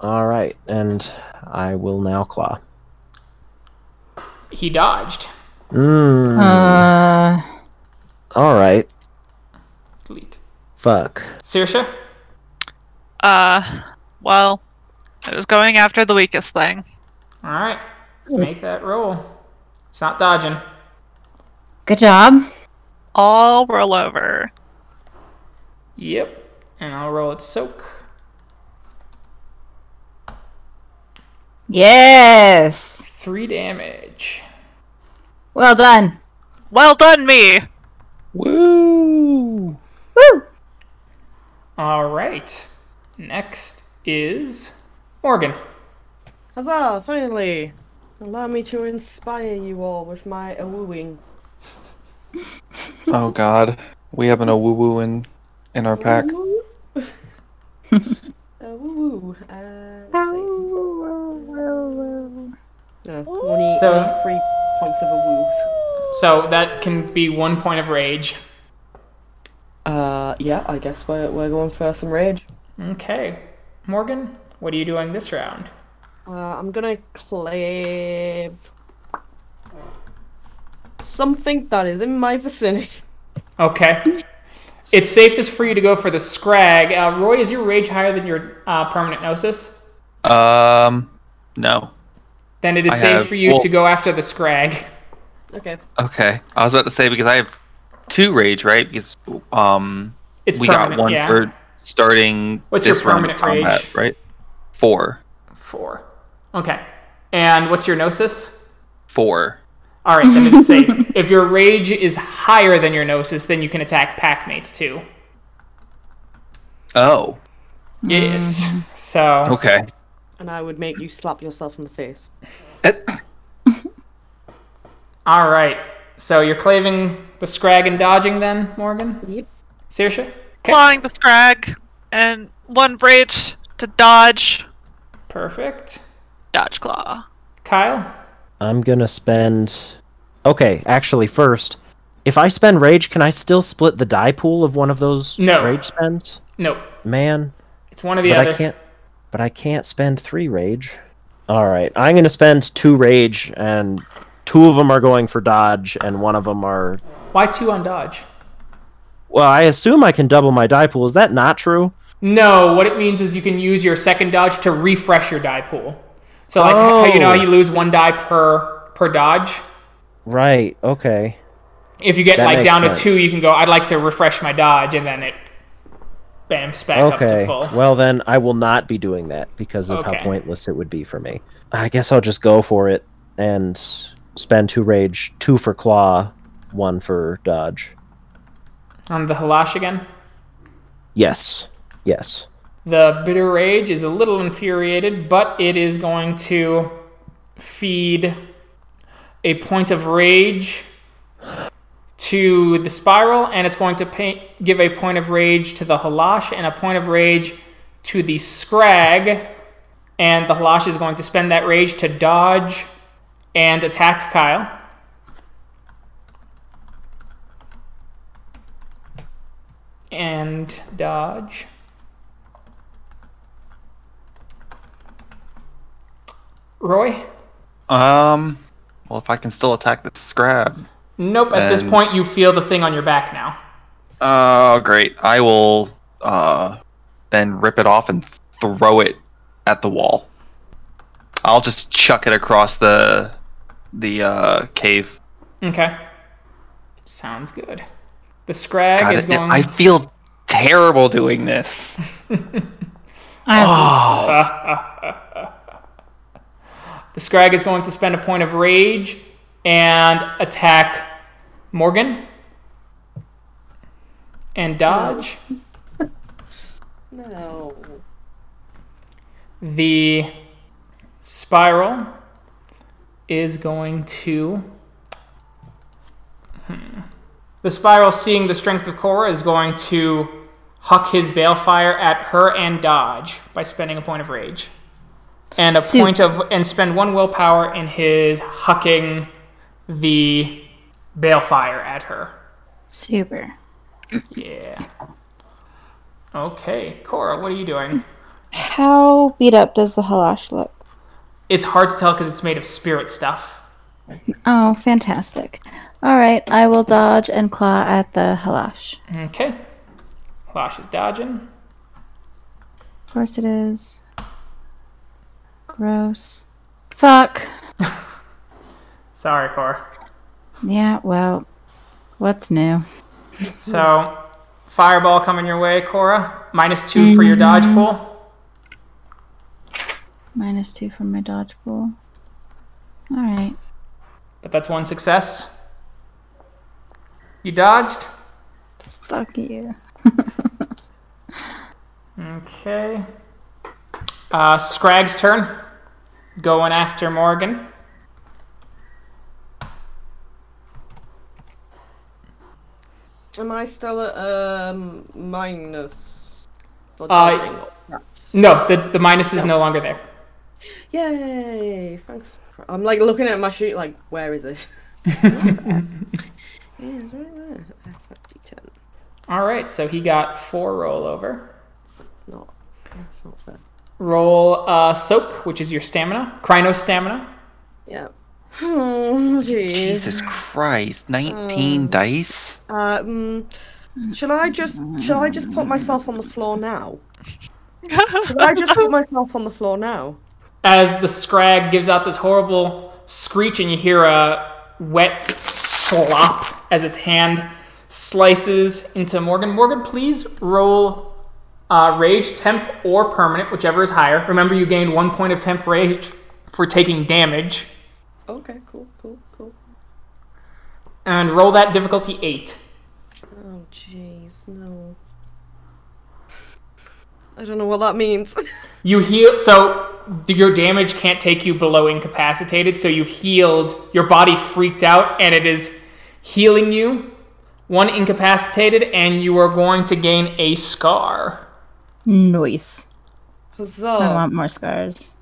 D: All right, and I will now claw.
A: He dodged.
D: Mm,
B: Uh,
D: all right,
A: Delete.
D: fuck.
A: Sirsha,
C: Uh, well, I was going after the weakest thing.
A: all right, make that roll. It's not dodging.
B: good job.
C: All roll over.
A: Yep. And I'll roll it soak.
B: Yes.
A: Three damage.
B: Well done.
C: Well done, me.
E: Woo!
B: Woo.
A: All right. Next is Morgan.
F: Huzzah! Finally, allow me to inspire you all with my awooing.
E: Oh god, we have an a woo woo in in our pack.
F: Awoo. Awoo. Uh, let's see. Uh, only,
A: So-
F: only three points of awoos.
A: So that can be one point of rage.
F: Uh, yeah, I guess we're we're going for some rage.
A: Okay. Morgan, what are you doing this round?
F: Uh, I'm gonna clave something that is in my vicinity.
A: Okay. It's safest for you to go for the scrag. Uh, Roy, is your rage higher than your uh, permanent gnosis?
E: Um, no.
A: Then it is
E: I
A: safe
E: have-
A: for you
E: well-
A: to go after the scrag.
F: Okay.
E: Okay, I was about to say because I have two rage, right? Because um,
A: It's
E: we
A: permanent.
E: got one
A: yeah.
E: for starting
A: What's your
E: this round of
A: permanent
E: combat,
A: rage?
E: right? Four,
A: Four. Okay. And what's your gnosis?
E: four.
A: All right, then it's safe. if your rage is higher than your gnosis, then you can attack pack mates too.
E: Oh,
A: Yes. So
E: okay.
F: And I would make you slap yourself in the face.
A: all right. So you're claving the scrag and dodging then, Morgan.
F: Yep.
A: Sersha.
C: Clawing the scrag and one rage to dodge.
A: Perfect.
C: Dodge claw.
A: Kyle.
D: I'm gonna spend. Okay, actually, first, if I spend rage, can I still split the die pool of one of those
A: No.
D: rage spends?
A: Nope.
D: Man,
A: It's one or the
D: but
A: other.
D: I can't. But I can't spend three rage. All right, I'm gonna spend two rage, and two of them are going for dodge, and one of them are.
A: Why two on dodge?
D: Well, I assume I can double my die pool. Is that not true?
A: No. What it means is you can use your second dodge to refresh your die pool. So like how you know how
D: Oh.
A: you lose one die per per dodge.
D: Right. Okay.
A: If you get
D: That
A: like
D: makes
A: down
D: sense.
A: to two, you can go. I'd like to refresh my dodge, and then it bam spec up
D: Okay.
A: to full.
D: Well, then I will not be doing that because of
A: Okay.
D: how pointless it would be for me. I guess I'll just go for it and spend two rage, two for claw, one for dodge.
A: On the Halash again.
D: Yes. Yes.
A: The bitter rage is a little infuriated, but it is going to feed a point of rage to the spiral, and it's going to pay, give a point of rage to the Halash and a point of rage to the Scrag. And the Halash is going to spend that rage to dodge and attack Kyle. And dodge. Roy?
E: Um, well, if I can still attack the scrab.
A: Nope, at this
E: And-
A: point you feel the thing on your back now.
E: Oh, great. I will uh then rip it off and throw it at the wall. I'll just chuck it across the the uh cave.
A: Okay. Sounds good. The scrag
E: God,
A: is
E: it-
A: going
E: I feel terrible doing this.
B: I
A: the scrag is going to spend a point of rage and attack Morgan. And dodge.
F: No.
A: The spiral is going to. Hmm. The spiral, seeing the strength of Korra, is going to huck his balefire at her and dodge by spending a point of rage. and a
B: Soup.
A: point of and spend one willpower in his hucking the balefire at her.
B: Super.
A: Yeah. Okay, Cora, what are you doing?
B: How beat up does the halash look?
A: It's hard to tell because it's made of spirit stuff.
B: Oh, fantastic. All right, I will dodge and claw at the halash.
A: Okay. Lash is dodging.
B: Of course it is. Gross. Fuck.
A: Sorry, Cora.
B: Yeah, well, what's new?
A: So, fireball coming your way, Cora. Minus 2 for your dodge pool.
B: Minus two from my dodgeball. All right.
A: But that's one success. You dodged.
B: Fuck you.
A: Okay. Uh, Scrag's turn. Going after Morgan.
F: Am I still at um, minus? For
A: Uh,
F: dodging or traps?
A: No, the, the minus is no longer there.
F: Yay! Thanks. I'm like looking at my sheet, like, where is it? yeah, it's right there. FFG10.
A: All right, so he got four rollover.
F: It's not. It's not fair.
A: Roll uh, soap, which is your stamina, Krynos stamina.
F: Yeah. Oh, jeez.
E: Jesus Christ, 19 dice?
F: Um, shall I just shall I just put myself on the floor now? Shall I just put myself on the floor now?
A: As the scrag gives out this horrible screech, and you hear a wet slop as its hand slices into Morgan. Morgan, please roll uh, rage, temp, or permanent, whichever is higher. Remember, you gained one point of temp rage for taking damage,
F: Okay, cool, cool, cool.
A: and roll that difficulty eight.
F: Oh jeez, no. I don't know what that means.
A: You heal, so your damage can't take you below incapacitated, so you've healed. Your body freaked out, and it is healing you. One incapacitated, and you are going to gain a scar.
B: Nice. I
F: Huzzah!
B: want more scars.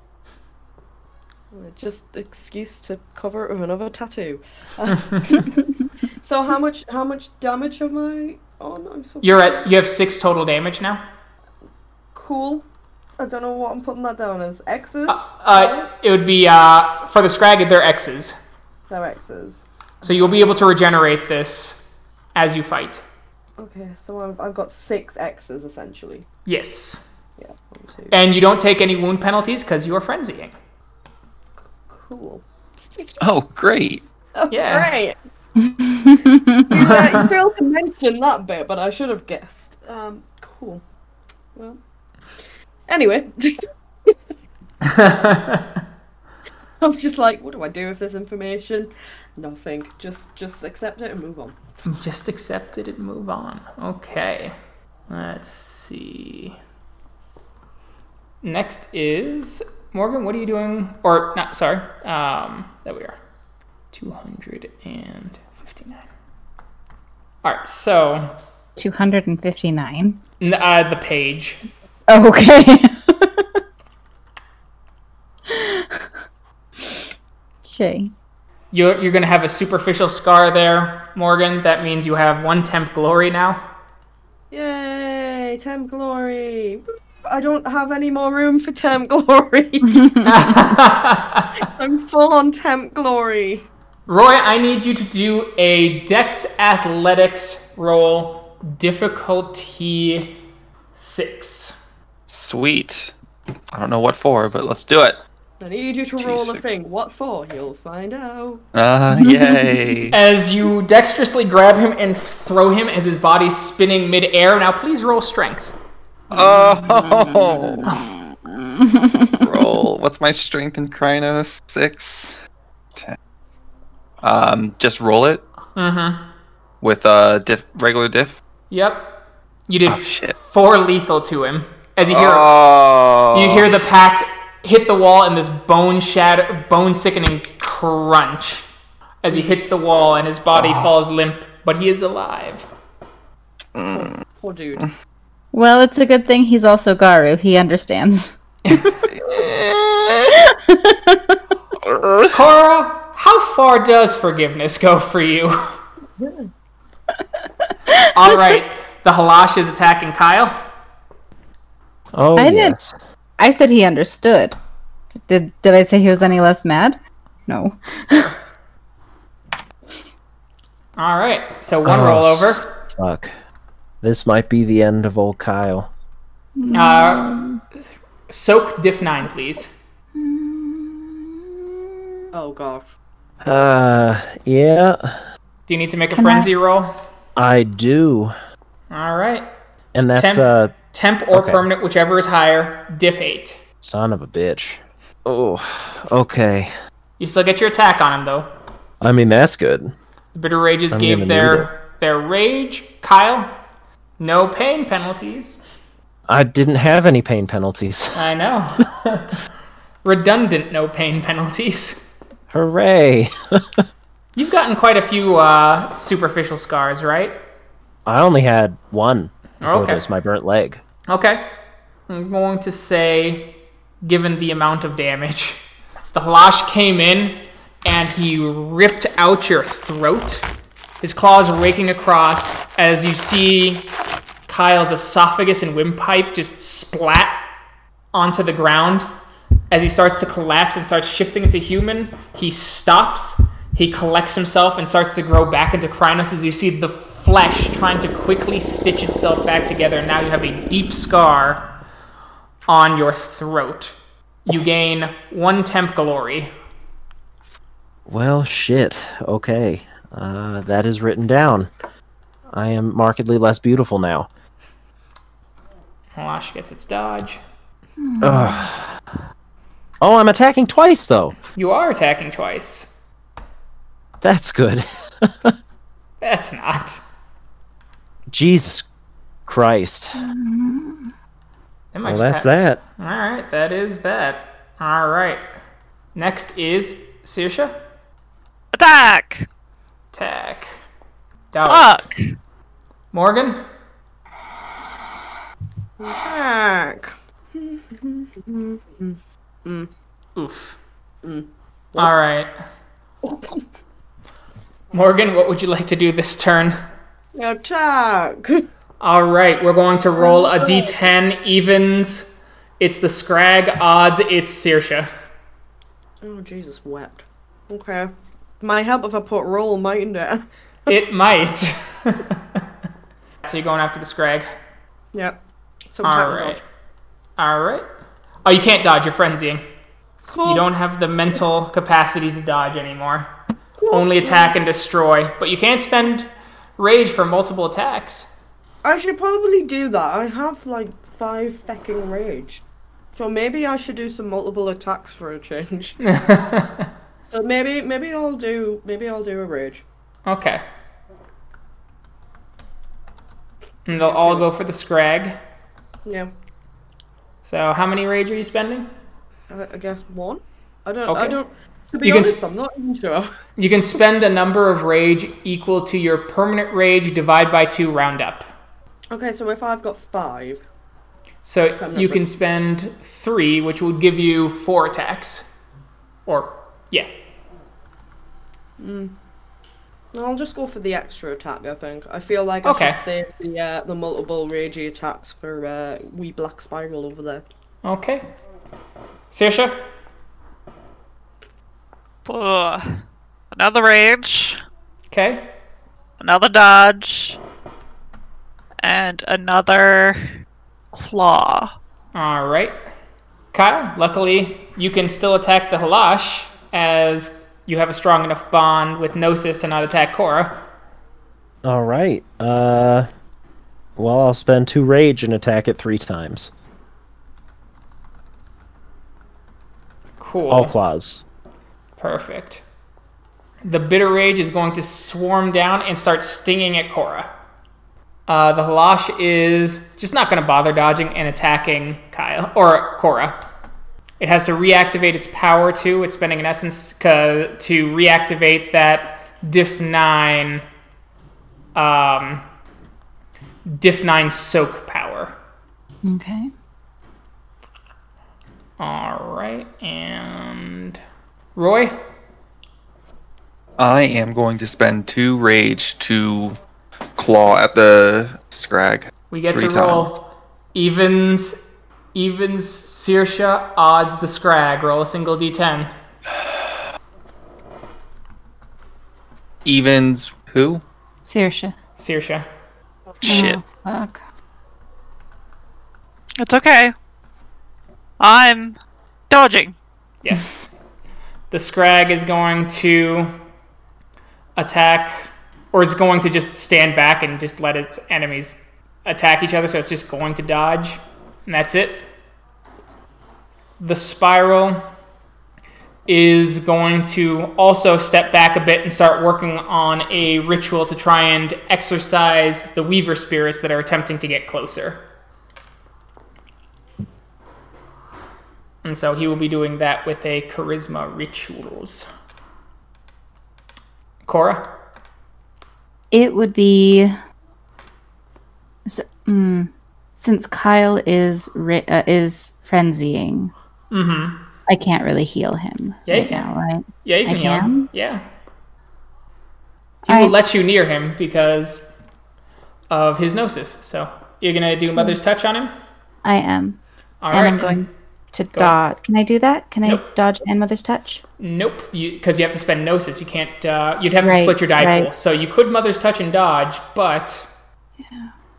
F: Just excuse to cover it with another tattoo. Uh, so how much how much damage am I on? I'm so
A: You're at you have six total damage now.
F: cool. I don't know what I'm putting that down as. X's?
A: Uh,
F: Yes?
A: it would be uh, for the scrag, they're X's,
F: They're X's.
A: so you'll be able to regenerate this as you fight.
F: Okay, so I've, I've got six X's essentially.
A: Yes,
F: Yeah, one, two.
A: and you don't take any wound penalties because you are frenzying.
F: Cool.
E: Oh, great.
F: Oh,
A: Yeah.
F: great! you, uh, you failed to mention that bit, but I should have guessed. Um, cool. Well, anyway, I'm just like, what do I do with this information? Nothing. Just, just accept it and move on.
A: Just accept it and move on. Okay. Let's see. Next is Morgan. What are you doing? Or not? Sorry. Um, there we are. Two hundred and fifty-nine. All right. So
B: Two hundred and fifty-nine.
A: n- uh, the page.
B: Okay. okay.
A: You're you're gonna have a superficial scar there, Morgan. That means you have one temp glory now.
F: Yay, Tem Glory! I don't have any more room for Tem Glory. I'm full on Temp Glory.
A: Roy, I need you to do a Dex Athletics roll, difficulty six.
E: Sweet. I don't know what for, but let's do it.
F: I need you to roll a
E: G6.
F: thing. What for? You'll find out.
E: Uh, yay.
A: As you dexterously grab him and throw him as his body's spinning midair. Now, please roll strength.
E: oh! Roll. What's my strength in Krynos? Six. Ten. Um, just roll it
A: Mm-hmm.
E: with a diff, regular diff.
A: Yep. You did
E: Oh, shit.
A: four lethal to him. As you hear,
E: Oh!
A: you hear the pack hit the wall and this bone shatter, bone sickening crunch as he hits the wall and his body
E: Oh.
A: falls limp. But he is alive.
F: Poor Oh, dude.
B: Well, it's a good thing he's also Garu. He understands.
A: Cora, how far does forgiveness go for you? All right, the Halash is attacking Kyle.
D: Oh,
B: I didn't-
D: yes.
B: I said he understood. Did did I say he was any less mad? No.
A: All right, so one
D: Oh,
A: roll
D: s-
A: over.
D: Fuck. This might be the end of old Kyle.
A: Uh, soak diff nine, please.
F: Oh gosh.
D: Uh, yeah,
A: Do you need to make a frenzy roll?
D: I do.
A: All right,
D: And that's
A: Ten-
D: uh
A: temp or
D: Okay.
A: permanent, whichever is higher. Diff eight.
D: son of a bitch. Oh, okay.
A: You still get your attack on him though.
D: I mean, that's good.
A: The bitter rages
D: I'm
A: gave
D: gonna need
A: their their rage. Kyle, no pain penalties.
D: I didn't have any pain penalties.
A: I know. Redundant no pain penalties.
D: Hooray!
A: You've gotten quite a few uh, superficial scars, right?
D: I only had one before
A: Okay.
D: this, my burnt leg.
A: Okay. I'm going to say, given the amount of damage, the Halash came in and he ripped out your throat, his claws raking across as you see Kyle's esophagus and windpipe just splat onto the ground. As he starts to collapse and starts shifting into human, he stops, he collects himself, and starts to grow back into Krynos as you see the flesh trying to quickly stitch itself back together. Now you have a deep scar on your throat. You gain one temp glory.
D: Well, shit. Okay. Uh, that is written down. I am markedly less beautiful now.
A: Halash gets its dodge.
D: Oh, I'm attacking twice, though.
A: You are attacking twice.
D: That's good.
A: That's not.
D: Jesus Christ.
A: That might
D: Well,
A: just
D: that's
A: hap-
D: that.
A: All right, that is that. All right. Next is Sirsha.
C: Attack!
A: Attack. Dodge.
C: Fuck!
A: Morgan?
F: Heck.
A: Oof. All right. Morgan, what would you like to do this turn?
F: Attack.
A: All right, we're going to roll a d10 evens. It's the Scrag odds, it's Sirsha.
F: Oh Jesus wept. Okay. Might help if I put roll, mightn't it?
A: It might. so you're going after the Scrag.
F: Yep. So
A: All
F: attack and
A: right.
F: dodge.
A: All right. Oh, you can't dodge, you're frenzying.
F: Cool.
A: You don't have the mental capacity to dodge anymore. Only attack and destroy, but you can't spend rage for multiple attacks.
F: I should probably do that. I have like five fucking rage. So maybe I should do some multiple attacks for a change. so maybe maybe I'll do maybe I'll do a rage.
A: Okay. And they'll all go for the scrag.
F: Yeah.
A: So how many rage are you spending?
F: I, I guess one. I don't I
A: Okay.
F: don't to be
A: You can
F: honest,
A: s-
F: I'm not even sure.
A: You can spend a number of rage equal to your permanent rage divide by two round up.
F: Okay, so if I've got five.
A: So you
F: number.
A: can spend three, which would give you four attacks. Or yeah.
F: I'll just go for the extra attack. I think I feel like
A: Okay.
F: I should save the uh, the multiple ragey attacks for uh, wee black spiral over there.
A: Okay. Sirsha?
C: Ugh. Another rage,
A: Okay.
C: another dodge, and another claw.
A: All right. Kyle, luckily, you can still attack the Halash as you have a strong enough bond with Gnosis to not attack Korra.
D: All right. Uh, well, I'll spend two rage and attack it three times.
A: Cool.
D: All claws.
A: Perfect. The Bitter Rage is going to swarm down and start stinging at Korra. Uh, the Halash is just not going to bother dodging and attacking Kyle or Korra. It has to reactivate its power too. It's spending an essence ca- to reactivate that Diff Nine, um, Diff Nine Soak power.
B: Okay.
A: All right, and Roy,
E: I am going to spend two rage to claw at the scrag.
A: We get
E: Three
A: to roll evens, evens, Searsha, odds, the Scrag. Roll a single d10.
E: Evens who?
B: Searsha.
A: Searsha.
E: Shit.
A: Mm.
B: Oh, fuck.
C: It's okay. I'm dodging.
A: Yes. The Scrag is going to attack, or is going to just stand back and just let its enemies attack each other, so it's just going to dodge. And that's it. The Spiral is going to also step back a bit and start working on a ritual to try and exorcise the Weaver spirits that are attempting to get closer. And so he will be doing that with a charisma rituals. Cora?
B: It would be. S- mm, since Kyle is ri- uh, is frenzying,
A: Mm-hmm.
B: I can't really heal him
A: Yeah, you
B: right
A: can.
B: now, right?
A: Yeah, you
B: I
A: can heal him.
B: can?
A: Yeah. He
B: I-
A: will let you near him because of his gnosis. So you're gonna do mother's touch on him?
B: I am,
A: All
B: and
A: right.
B: I'm going to
A: ahead.
B: dodge. Can I do that? Can
A: Nope.
B: I dodge and Mother's Touch?
A: Nope, because you, have to spend gnosis. You can't. Uh, you'd have to
B: Right,
A: split your die
B: right.
A: pool. So you could mother's touch and dodge, but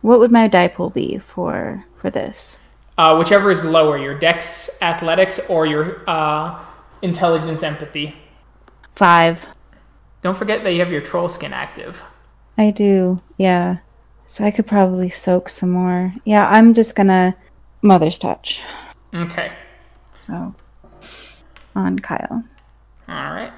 B: What would my die pool be for for this?
A: uh, whichever is lower, your dex athletics or your uh, intelligence empathy.
B: Five.
A: Don't forget that you have your troll skin active.
B: I do, yeah. So I could probably soak some more. Yeah, I'm just gonna Mother's Touch.
A: Okay.
B: So Oh. on Kyle.
A: All right.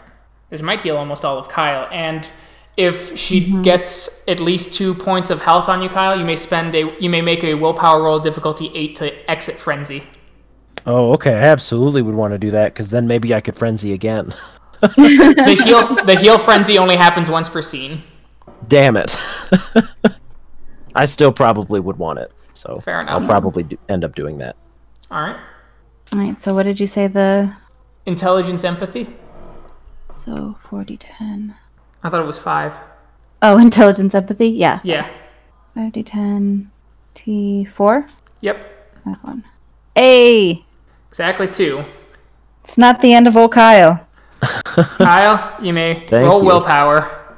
A: This might heal almost all of Kyle. And if she gets at least two points of health on you, Kyle, you may spend a you may make a willpower roll difficulty eight to exit frenzy.
D: Oh, okay. I absolutely would want to do that because then maybe I could frenzy again.
A: The heal the heal frenzy only happens once per scene.
D: Damn it. I still probably would want it. So
A: Fair enough.
D: I'll probably do- end up doing that.
A: All right.
B: All right, so what did you say the
A: Intelligence empathy.
B: so 40 10.
A: I thought it was five.
B: Oh, intelligence empathy? Yeah.
A: Yeah.
B: 5 10 T4.
A: Yep.
B: That one. Hey,
A: Exactly two.
B: it's not the end of old Kyle.
A: Kyle, you may
D: Thank
A: roll
D: you.
A: willpower.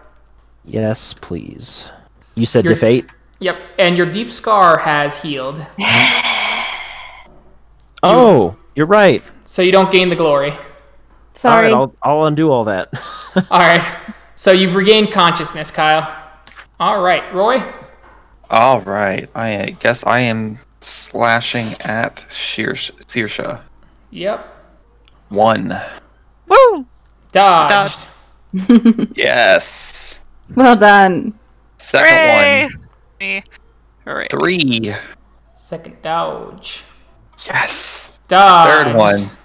D: Yes, please. You said
A: You're-
D: diff eight.
A: Yep. And your deep scar has healed,
D: Oh, you're right.
A: so you don't gain the glory.
B: Sorry.
D: All right, I'll, I'll undo all that.
A: All right. So you've regained consciousness, Kyle. All right, Roy.
E: All right. I guess I am slashing at Sears- Searsha.
A: Yep.
E: One.
C: Woo!
A: Dodged.
E: Yes.
B: well done.
E: Second
C: Hooray!
E: one.
C: Me. Hooray.
E: Three.
A: Second dodge.
E: Yes.
A: Dodge.
E: Third one.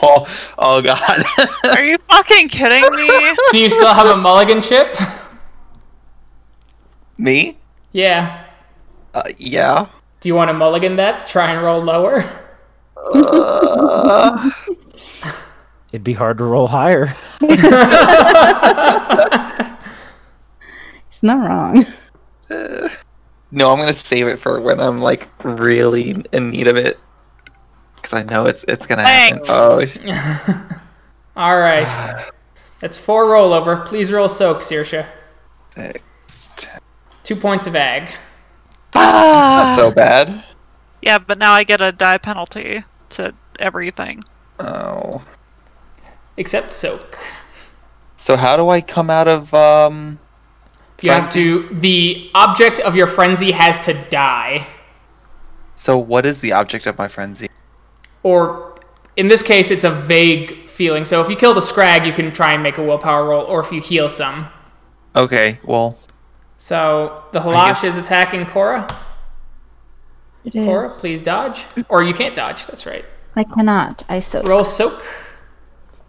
E: Oh, oh god.
C: Are you fucking kidding me?
A: Do you still have a mulligan chip?
E: Me?
A: yeah.
E: Uh, yeah.
A: Do you want to mulligan that to try and roll lower?
D: It'd be hard to roll higher.
B: It's not wrong.
E: No, I'm gonna save it for when I'm like really in need of it, because I know it's it's gonna happen.
C: Thanks.
E: Oh, sh-
A: All right. That's four rollover. Please roll soak, Searsha.
E: six, ten.
A: Two points of ag.
E: not so bad.
C: yeah, but now I get a die penalty to everything.
E: Oh,
A: Except soak.
E: so how do I come out of um?
A: You have to. The object of your frenzy has to die.
E: So what is the object of my frenzy?
A: or in this case, it's a vague feeling. So if you kill the scrag, you can try and make a willpower roll, or if you heal some.
E: Okay, well,
A: So the
E: I
A: Halash
E: guess-
A: is attacking Cora.
B: It
A: Cora,
B: is.
A: please dodge, or you can't dodge. That's right.
B: I cannot. I soak.
A: Roll soak.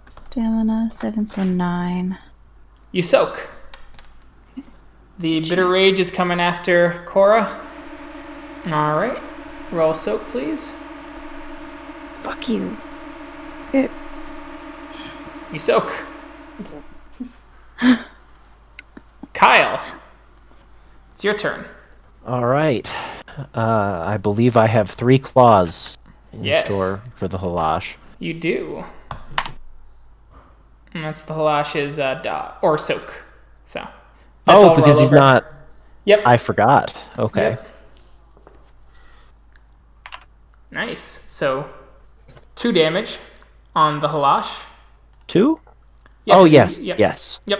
B: Stamina 7 so 9.
A: You soak. The bitter rage is coming after Cora. All right. Roll soak, please.
B: Fuck you.
A: You soak. It's your turn.
D: All right. Uh, I believe I have three claws in
A: Yes.
D: store for the Halash.
A: You do. And that's the Halash's uh, dot or soak. So. that's
D: oh,
A: all
D: because he's
A: rollover.
D: not.
A: Yep.
D: I forgot. Okay.
A: Yep. Nice. So, two damage on the Halash.
D: Two?
A: Yep,
D: oh,
A: you-
D: yes.
A: Yep.
D: Yes.
A: Yep.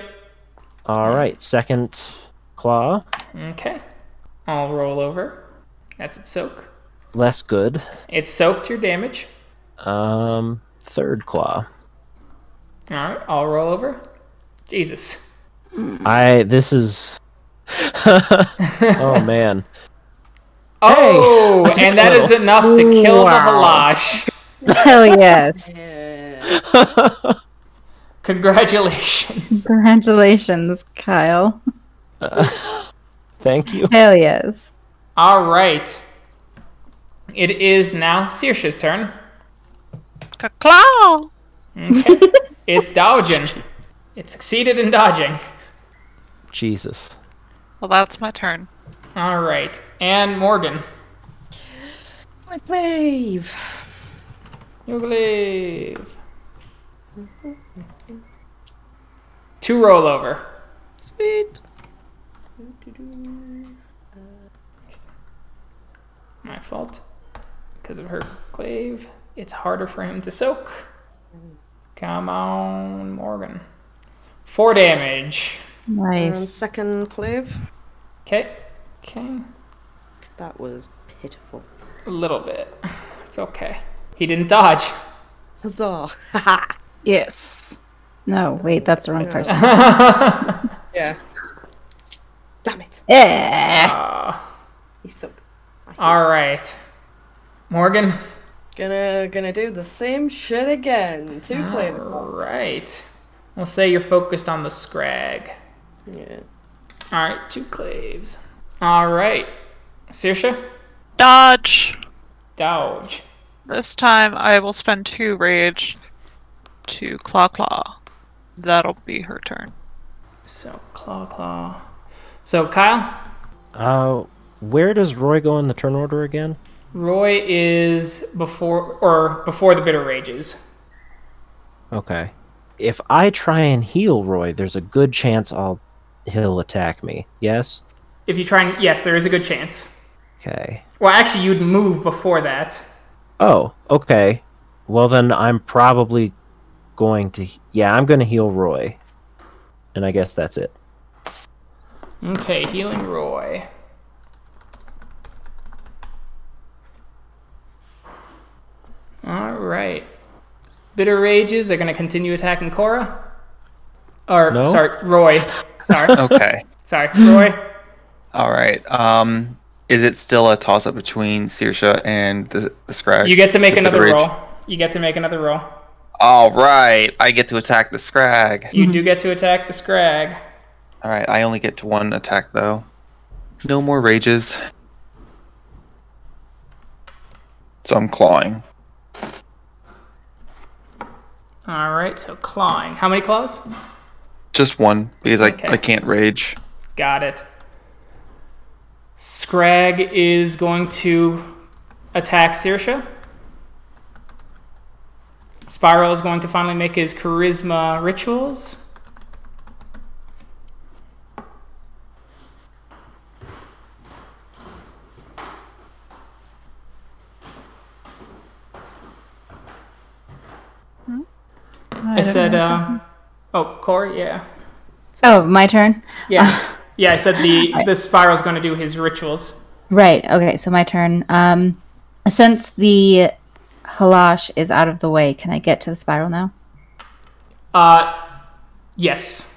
D: All right. Second claw.
A: Okay. I'll roll over. That's its soak.
D: Less good.
A: It's soaked your damage.
D: Um, third claw.
A: All right. I'll roll over. Jesus.
D: I. This is. oh, man.
A: Oh,
D: that's
A: and that is
D: close.
A: enough to kill
B: Wow.
A: the Halash.
B: Hell yes.
A: Congratulations.
B: Congratulations, Kyle.
D: Thank you.
B: Hell yes.
A: All right. It is now Searsha's turn.
C: Claw.
A: Okay. it's dodging. It succeeded in dodging.
D: Jesus.
C: Well, that's my turn.
A: All right. And Morgan.
F: I wave.
A: You believe. Two rollover.
F: Sweet.
A: My fault. Because of her clave, it's harder for him to soak. Come on, Morgan. Four damage.
F: And
B: Nice.
F: second clave.
A: Okay. Okay.
F: That was pitiful.
A: A little bit. It's okay. He didn't dodge.
F: Huzzah.
G: Yes. No, wait, that's the wrong person.
F: yeah. Damn it.
B: Yeah.
A: Ah,
F: He's so.
A: all right. Morgan.
F: Gonna gonna do the same shit again. Two clave.
A: All right. We'll say you're focused on the scrag.
F: Yeah.
A: All right, two claves. All right. Sirsha,
C: Dodge.
A: dodge.
C: This time I will spend two rage to claw claw. That'll be her turn.
A: So claw claw. So Kyle,
D: Uh, where does Roy go in the turn order again?
A: Roy is before or before the bitter rages.
D: Okay. If I try and heal Roy, there's a good chance I'll he'll attack me. Yes?
A: If you try and yes, there is a good chance.
D: Okay.
A: Well, actually, you'd move before that.
D: Oh, okay. Well then I'm probably going to Yeah, I'm going to heal Roy. And I guess that's it.
A: Okay, healing Roy. All right. Bitter rages are going to continue attacking Cora. Or
D: No?
A: sorry, Roy. Sorry.
E: Okay.
A: Sorry, Roy.
E: All right. Um, is it still a toss up between Searsha and the, the Scrag?
A: You get to make
E: Bitter
A: another
E: Rage.
A: roll. You get to make another roll.
E: All right. I get to attack the Scrag.
A: You do get to attack the Scrag.
E: All right. I only get to one attack though. No more rages. So I'm clawing.
A: All right, so clawing. How many claws?
E: Just one because I,
A: Okay.
E: I can't rage.
A: Got it. Scrag is going to attack Sirsha. Spiral is going to finally make his charisma rituals. I, said, uh, oh, Corey, yeah.
B: Oh, my turn.
A: Yeah. Yeah, I said the the spiral's going to do his rituals.
B: Right. Okay. So my turn. Um, since the halash is out of the way, can I get to the spiral now?
A: Uh yes.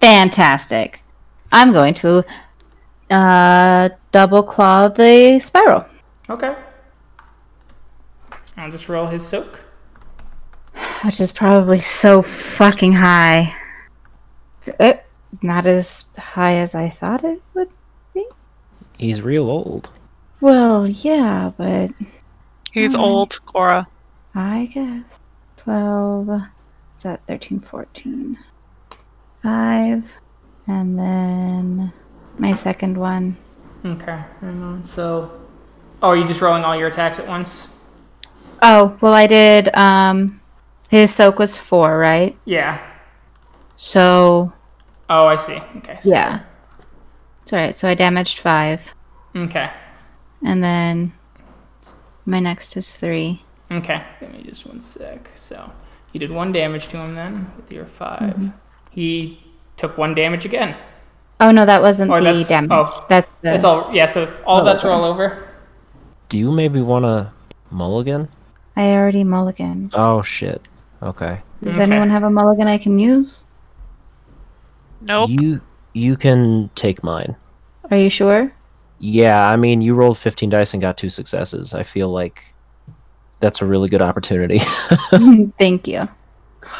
B: Fantastic. I'm going to uh, double claw the spiral.
A: Okay. I'll just roll his soak.
B: Which is probably so fucking high. Uh, Not as high as I thought it would.
D: He's real old.
B: Well, yeah, but
C: He's old, Cora.
B: I guess 12. Is that 13, 14? 5. And then my second one
A: Okay. hang on. So, oh, are you just rolling all your attacks at once?
B: Oh, well, I did. Um, his soak was four, right?
A: Yeah.
B: So,
A: Oh, I see. Okay. so-
B: yeah. It's alright. So I damaged five.
A: Okay.
B: And then my next is three.
A: Okay. Give me just one sec. So you did one damage to him then with your 5 He took one damage again.
B: Oh, no, that wasn't
A: Or
B: the
A: that's-
B: damage.
A: oh,
B: that's the.
A: That's all. Yeah. So all that's roll over.
D: Do you maybe want to mulligan?
B: I already mulligan.
D: Oh shit. Okay.
G: Does
A: Okay.
G: anyone have a mulligan I can use?
C: Nope.
D: You you can take mine.
B: Are you sure?
D: Yeah, I mean you rolled 15 dice and got two successes. I feel like that's a really good opportunity.
B: Thank you.
D: See?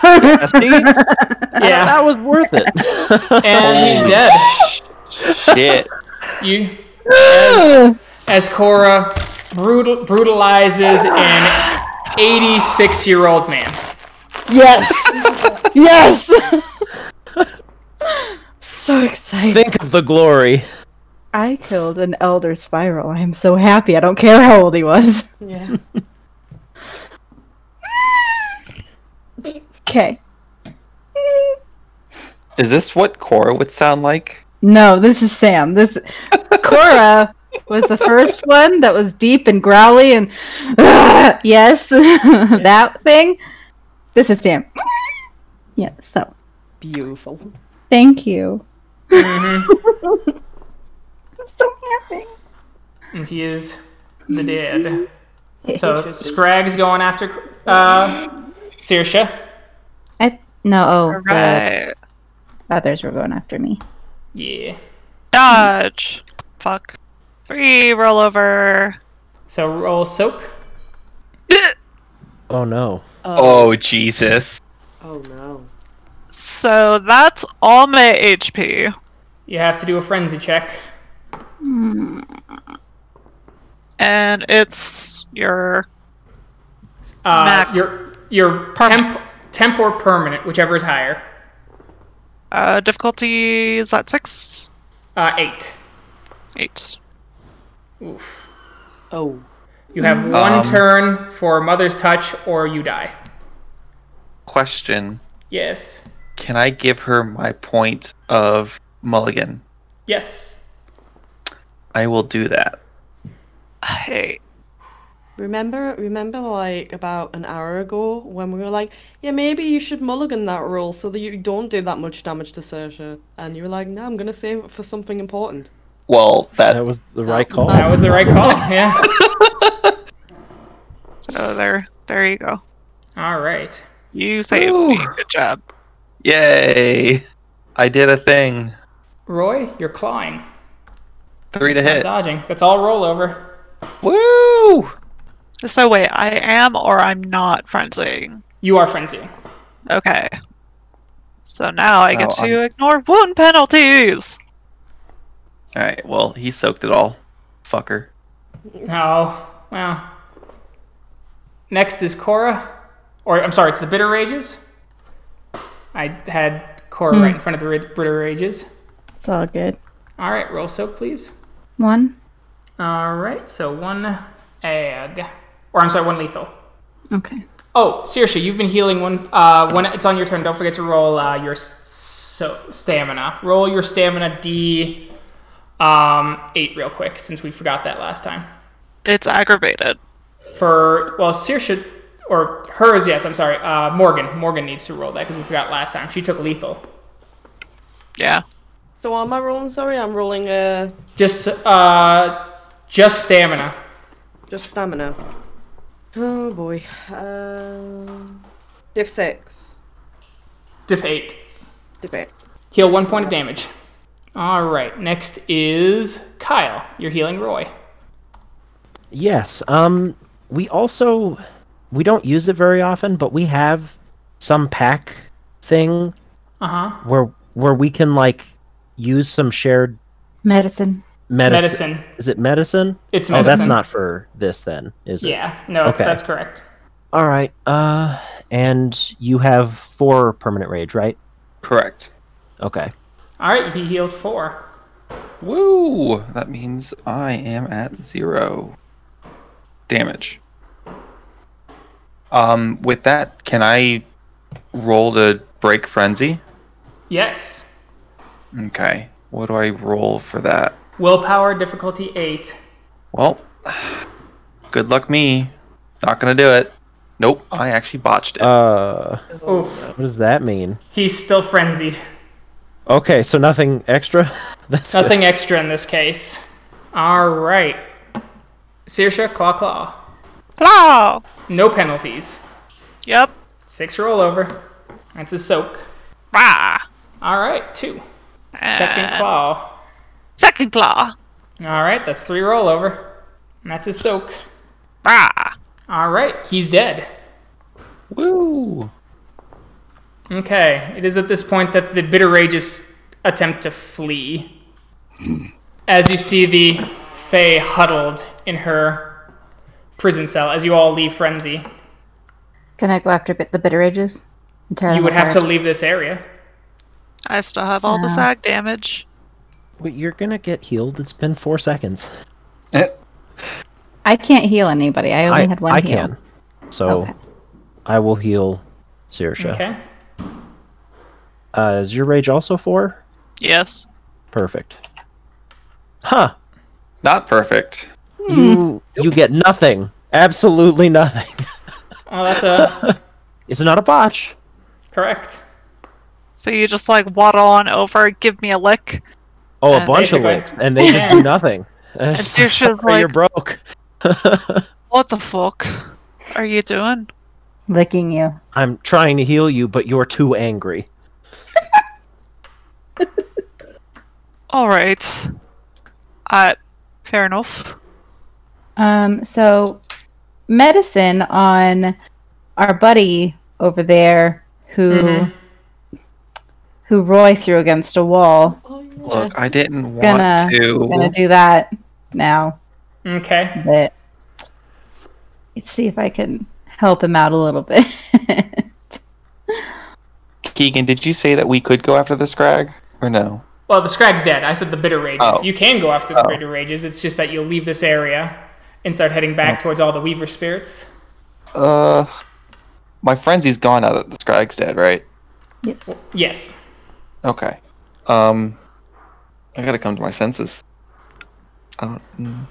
D: That-
A: Yeah.
D: that was worth it.
A: And he's dead.
H: Shit.
A: You, as, as Cora brutal, brutalizes an 86 year old man.
G: Yes. yes. so excited.
D: Think of the glory.
G: I killed an elder spiral. I am so happy. I don't care how old he was.
F: Yeah.
G: Okay.
E: Is this what Cora would sound like?
G: No, this is Sam. This Cora was the first one that was deep and growly and yes, that thing. This is Sam. yeah, so
F: Beautiful.
G: thank you. I'm so happy.
A: And he is the dead. So Scrag's going after uh, Sirsha.
B: I No, oh, the
C: Right.
B: others were going after me.
A: Yeah.
C: Dodge. Fuck. Three. Roll over.
A: So roll soak.
D: Oh no.
E: Oh Jesus!
F: Oh no.
C: So that's all my HP.
A: You have to do a frenzy check.
C: And it's your.
A: Uh,
C: Max.
A: Your your
C: Permanent.
A: temp temp or permanent, whichever is higher.
C: Uh, difficulty is that six?
A: Uh, eight.
C: Eight.
A: Oof.
F: Oh.
A: You have one
E: Um.
A: turn for Mother's Touch, or you die.
E: Question:
A: Yes.
E: Can I give her my point of Mulligan?
A: Yes.
E: I will do that.
C: Hey.
F: Remember, remember, like about an hour ago when we were like, yeah, maybe you should mulligan that roll so that you don't do that much damage to Sersha. And you were like, no, I'm gonna save it for something important.
E: Well, that,
D: That was the right call.
A: That was the right call. Yeah.
C: So there, there you go.
A: All right.
C: You saved me. Good job.
E: yay! I did a thing.
A: Roy, you're clawing.
E: Three to
A: It's not
E: hit.
A: dodging. That's all rollover.
E: Woo!
C: So wait, I am or I'm not frenzying.
A: You are frenzy.
C: Okay. So now I get
E: Oh,
C: to ignore wound penalties.
E: All right. Well, he soaked it all. Fucker.
A: Oh, well. Next is Cora. Or, I'm sorry, it's the Bitter Rages. I had Cora right in front of the Rid- Bitter Rages.
B: It's all good.
A: All right, roll soak, please.
B: One?
A: All right, so one egg. Or, I'm sorry, one lethal.
B: Okay.
A: Oh, Searsha, you've been healing one. Uh, when it's on your turn, don't forget to roll uh, your s- so stamina. Roll your stamina D um, eight real quick, since we forgot that last time.
C: It's aggravated.
A: for well Searsha or hers yes i'm sorry uh, morgan morgan needs to roll that because we forgot last time she took lethal
C: Yeah.
F: So what am I rolling? Sorry, I'm rolling uh
A: just uh just stamina
F: just stamina. Oh boy. Um, diff six.
A: diff 8
F: Diff eight.
A: heal one point of damage all right next is kyle you're healing roy
D: Yes. Um we also we don't use it very often, but we have some pack thing
A: uh-huh
D: where where we can like use some shared
G: Medicine.
D: medicine.
A: medicine
D: Is it medicine?
A: it's
D: Oh,
A: medicine
D: that's not for this then, is it?
A: yeah no it's,
D: Okay.
A: that's correct
D: All right. Uh, and you have four permanent rage, right?
E: Correct.
D: Okay.
A: all right he healed four
E: Woo! That means I am at zero damage. Um, with that, can I roll to break frenzy?
A: Yes.
E: Okay. What do I roll for that?
A: Willpower difficulty eight.
E: Well, good luck me. Not gonna do it. Nope, I actually botched it.
D: Uh,
A: Oof.
D: what does that mean?
A: He's still frenzied.
D: Okay, so nothing extra. That's good.
A: Nothing extra in this case. All right. Searsha, claw, claw.
C: Claw!
A: No penalties.
C: Yep.
A: Six rollover. That's a soak.
C: Rah!
A: All right, two. Second claw.
C: Second claw!
A: All right, that's three rollover. And that's a soak.
C: Rah!
A: All right, he's dead.
E: Woo!
A: Okay, it is at this point that the bitter rages attempt to flee.
E: Hmm.
A: As you see the Fae huddled in her prison cell, as you all leave Frenzy,
B: Can I go after bit the bitter ages?
A: you would have to leave this area.
C: I still have all the sag damage.
D: Wait, you're gonna get healed. It's been four seconds.
E: Eh,
G: I can't heal anybody. I only
D: I,
G: had one
D: I
G: heal.
D: can. So I will heal Sirsha.
A: Okay.
D: Uh, is your rage also four?
C: Yes.
D: Perfect. Huh.
E: Not perfect.
D: You you get nothing. Absolutely nothing.
A: Well, that's a
D: It's not a botch.
A: correct.
C: So you just like waddle on over, give me a lick.
D: Oh, a
C: Uh,
D: bunch
A: basically.
D: of licks, and they just do nothing. Uh, just like,
C: Sirsha's
D: "Sorry, you're
C: like-
D: broke.
C: What the fuck are you doing?
G: Licking you.
D: I'm trying to heal you, but you're too angry.
C: Alright. Uh, fair enough.
G: Um, so medicine on our buddy over there who
A: Mhm.
G: who Roy threw against a wall.
F: Oh, yeah.
E: Look, I didn't want
G: Gonna-
E: to.
G: gonna do that now,
A: Okay.
G: but let's see if I can help him out a little bit.
E: Keegan, did you say that we could go after the Scrag? Or no?
A: Well, the Scrag's dead. I said the Bitter Rages.
E: Oh.
A: You can go after the
E: Oh.
A: Bitter Rages. It's just that you'll leave this area and start heading
E: Oh.
A: back towards all the Weaver spirits.
E: Uh. My frenzy's gone now that the Scrag's dead, right?
G: yes.
A: Yes.
E: Okay. Um. I gotta come to my senses. I don't. mm.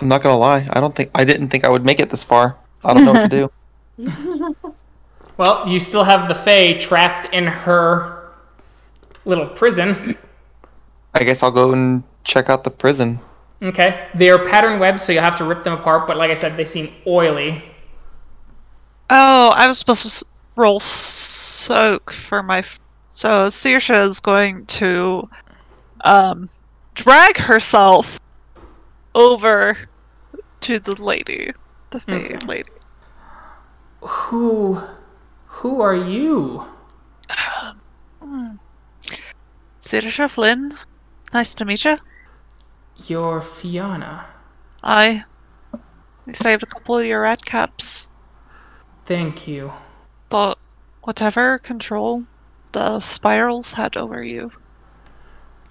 E: I'm not gonna lie. I don't think. I didn't think I would make it this far. I don't know what to do.
A: Well, you still have the Fae trapped in her little prison.
E: I guess I'll go and check out the prison.
A: Okay. They are pattern webs, so you'll have to rip them apart, but like I said, they seem oily.
C: Oh, I was supposed to s- roll soak for my. F- so Searsha is going to um, drag herself over to the lady, the fey lady.
A: Who. Who are you?
C: Searsha Flynn, nice to meet you.
A: You're Fiona.
C: I we saved a couple of your rat caps,
A: Thank you.
C: but whatever control the spirals had over you.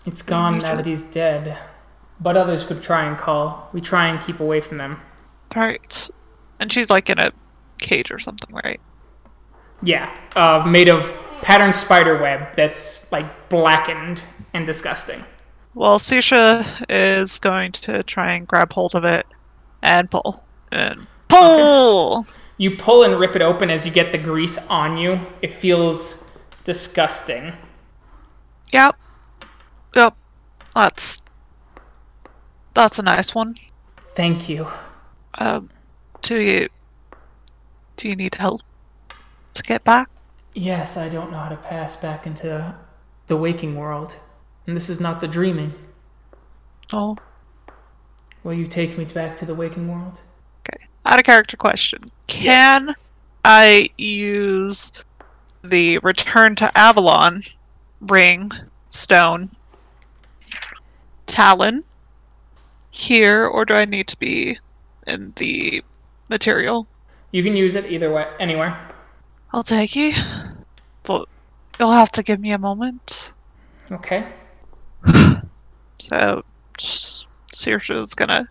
A: It's gone now that he's dead. But others could try and call. We try and keep away from them.
C: Right. And she's like in a cage or something, right?
A: Yeah, uh, made of patterned spider web that's like blackened and disgusting.
C: Well, Sisha is going to try and grab hold of it and pull. And pull!
A: You pull and rip it open as you get the grease on you. It feels disgusting.
C: Yep. Yep. That's. That's a nice one.
A: Thank you.
C: Um, do you. Do you need help to get back?
A: Yes, I don't know how to pass back into the waking world. And this is not the dreaming.
C: Oh,
A: Will you take me back to the waking world?
C: okay. Out of character question. Can I use the Return to Avalon ring, stone, talon here, or do I need to be in the material?
A: You can use it either way, anywhere.
C: I'll take you. But you'll have to give me a moment.
A: Okay.
C: So just- Searsha's gonna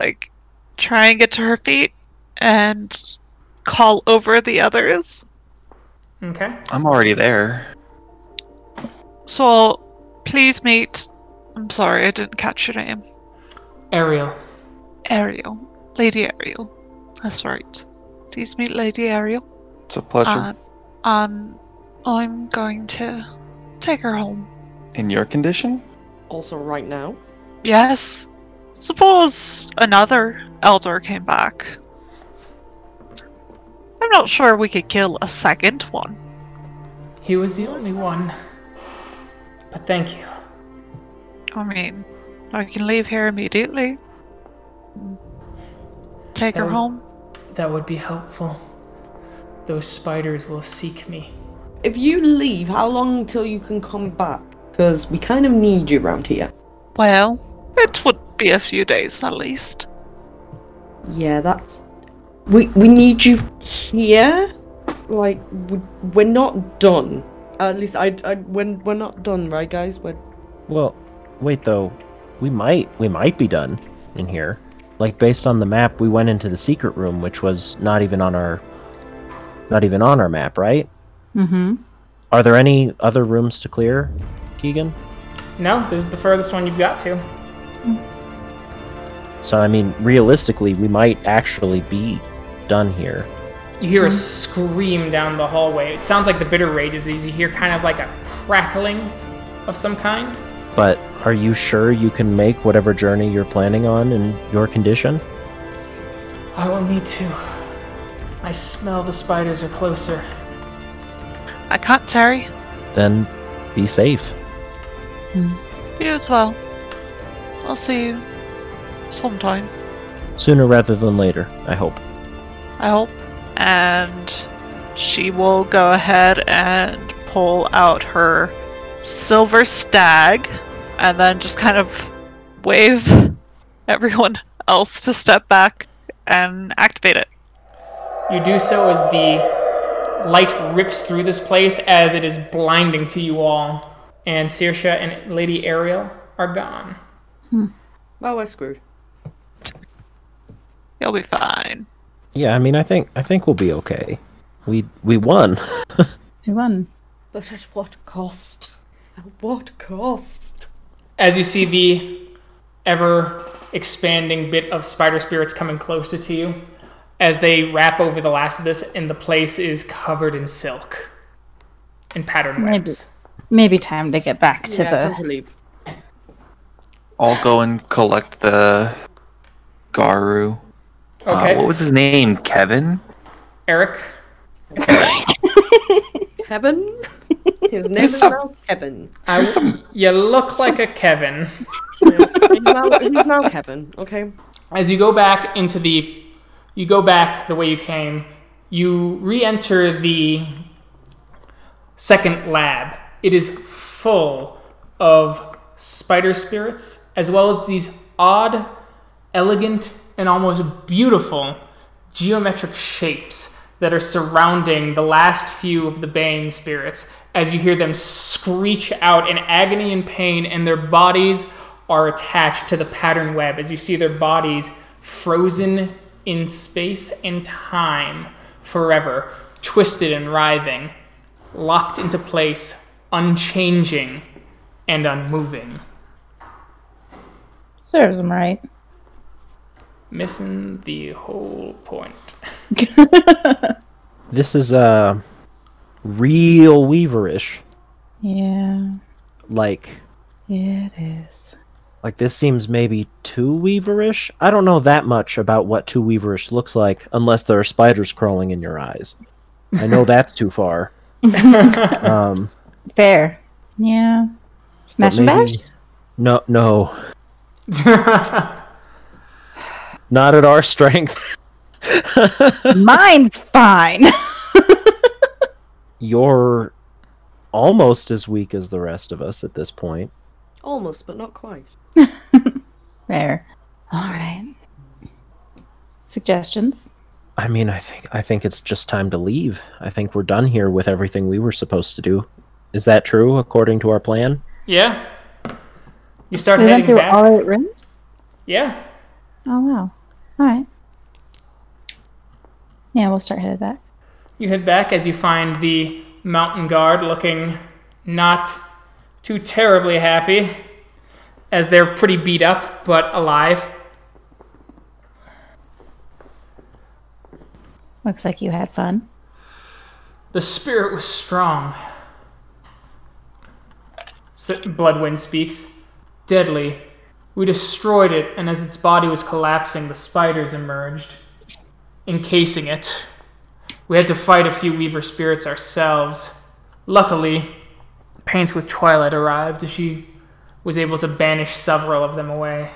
C: like try and get to her feet and call over the others.
A: Okay.
E: I'm already there.
C: So please meet I'm sorry, I didn't catch your name.
A: Ariel.
C: Ariel. Lady Ariel. That's right. Please meet Lady Ariel.
E: It's a pleasure.
C: Uh, um I'm going to take her home.
E: In your condition?
F: Also, right now.
C: Yes. Suppose another elder came back. I'm not sure we could kill a second one.
A: He was the only one. But thank you.
C: I mean, I can leave here immediately. Take her
A: Um,
C: home.
A: That would be helpful. Those spiders will seek me.
F: If you leave, how long until you can come back? Because we kind of need you around here.
C: Well, it would be a few days at least.
F: Yeah, that's. We we need you here. Like we, we're not done. At least I I when we're not done, right, guys? We're
D: Well, wait though. We might we might be done in here. Like based on the map, we went into the secret room, which was not even on our not even on our map, right?
G: Mm-hmm.
D: Are there any other rooms to clear, Keegan?
A: No, this is the furthest one you've got to.
D: So I mean, realistically, we might actually be done here.
A: You hear a scream down the hallway. It sounds like the bitter rages. You hear kind of like a crackling of some kind.
D: But are you sure you can make whatever journey you're planning on in your condition?
A: I will need to. I smell the spiders are closer.
C: I can't tarry.
D: Then be safe.
C: You as well. I'll see you sometime,
D: Sooner rather than later, I hope.
C: I hope. And she will go ahead and pull out her silver stag and then just kind of wave everyone else to step back and activate it.
A: You do so as the light rips through this place as it is blinding to you all. And Sirsha and Lady Ariel are gone.
F: well, we're screwed.
C: You'll be fine.
D: Yeah, I mean, I think I think we'll be okay. We we won.
G: We won.
F: But at what cost? At what cost?
A: As you see the ever expanding bit of spider spirits coming closer to you, as they wrap over the last of this, and the place is covered in silk and patterned
G: Maybe.
A: webs.
G: Maybe time to get back to
F: yeah, I
G: the.
F: can't believe.
E: I'll go and collect the Garu.
A: Okay,
E: Uh, what was his name? Kevin?
A: Eric.
F: Kevin. His name is
E: some-
F: now Kevin.
A: I, you look like a Kevin.
F: He's now, he's now Kevin. Okay.
A: As you go back into the, you go back the way you came. You re-enter the second lab. It is full of spider spirits, as well as these odd, elegant, and almost beautiful geometric shapes that are surrounding the last few of the Bane spirits as you hear them screech out in agony and pain, and their bodies are attached to the pattern web as you see their bodies frozen in space and time forever, twisted and writhing, locked into place, unchanging and unmoving.
B: Serves them right.
A: Missing the whole point.
D: This is uh, real Weaverish.
B: Yeah,
D: Like
B: it is.
D: like this seems maybe too Weaverish. I don't know that much about what too Weaverish looks like, unless there are spiders crawling in your eyes. I know that's too far. um,
G: Fair.
B: Yeah.
D: but
G: Smash and bash?
D: maybe- No, no, not at our strength.
G: Mine's fine.
D: You're almost as weak as the rest of us at this point.
F: Almost, but not quite.
G: Fair. All right.
B: Suggestions?
D: I mean, I think I think it's just time to leave. I think we're done here with everything we were supposed to do. Is that true according to our plan?
A: yeah. You start
B: We went
A: heading
B: through
A: back.
B: all
G: Oh,
B: eight rooms.
A: yeah.
B: Oh wow! All right. Yeah, we'll start headed back.
A: You head back as you find the mountain guard looking not too terribly happy, as they're pretty beat up but alive.
B: Looks like you had fun.
A: The spirit was strong. S- Bloodwind speaks. Deadly. We destroyed it, and as its body was collapsing, the spiders emerged, encasing it. We had to fight a few Weaver spirits ourselves. Luckily, Paints with Twilight arrived, and she was able to banish several of them away.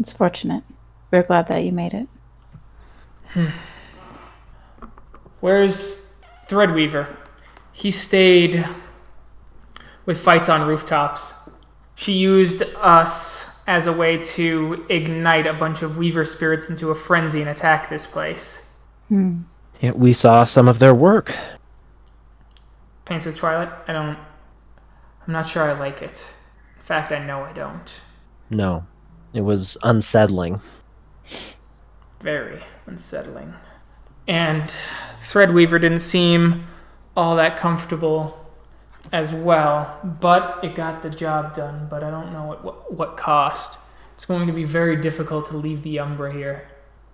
B: It's fortunate. We're glad that you made it.
A: Where's Threadweaver? He stayed with fights on rooftops. She used us as a way to ignite a bunch of Weaver spirits into a frenzy and attack this place.
D: Yeah, we saw some of their work.
A: Paints with Twilight? I don't. I'm not sure I like it. In fact, I know I don't.
D: No, it was unsettling.
A: Very unsettling. And Threadweaver didn't seem all that comfortable as well, but it got the job done, but I don't know at what, what cost. It's going to be very difficult to leave the Umbra here.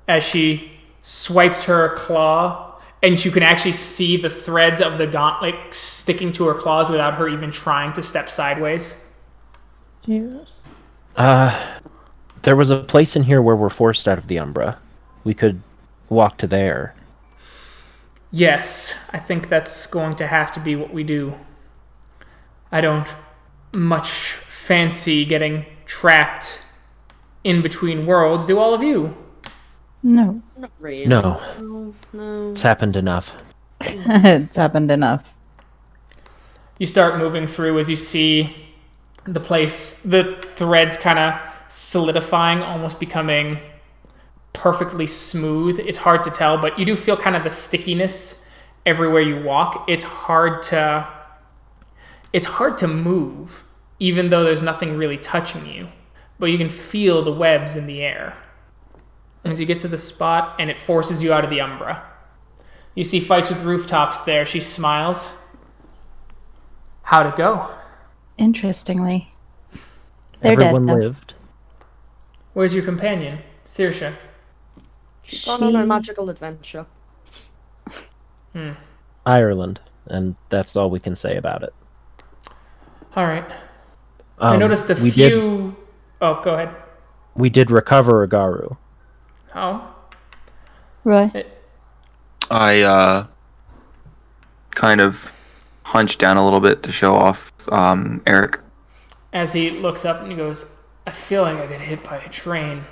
A: As she swipes her claw, and you can actually see the threads of the gauntlet sticking to her claws without her even trying to step sideways.
B: Jesus.
D: Uh, There was a place in here where we're forced out of the Umbra. We could walk to there.
A: Yes, I think that's going to have to be what we do. I don't much fancy getting trapped in between worlds, do all of you?
B: No,
F: Really?
D: No,
F: No.
D: it's happened enough.
G: it's happened enough.
A: You start moving through as you see the place, the threads kind of solidifying, almost becoming perfectly smooth. It's hard to tell, but you do feel kind of the stickiness everywhere you walk. It's hard to it's hard to move even though there's nothing really touching you, but you can feel the webs in the air. And as you get to the spot and it forces you out of the umbra. You see fights with rooftops there. She smiles. How'd it go?
B: interestingly, They're dead,
D: Everyone
B: though.
D: lived.
A: Where's your companion? Sirsha.
F: She's gone on a
B: She-
F: magical adventure.
D: Ireland, and that's all we can say about it.
A: All right. I
D: Um,
A: noticed a
D: we
A: few.
D: Did,
A: Oh, go ahead.
D: we did recover Agaru.
A: Oh,
B: Roy.
E: I uh, kind of hunch down a little bit to show off um, Eric.
A: as he looks up and he goes, I feel like I got hit by a train.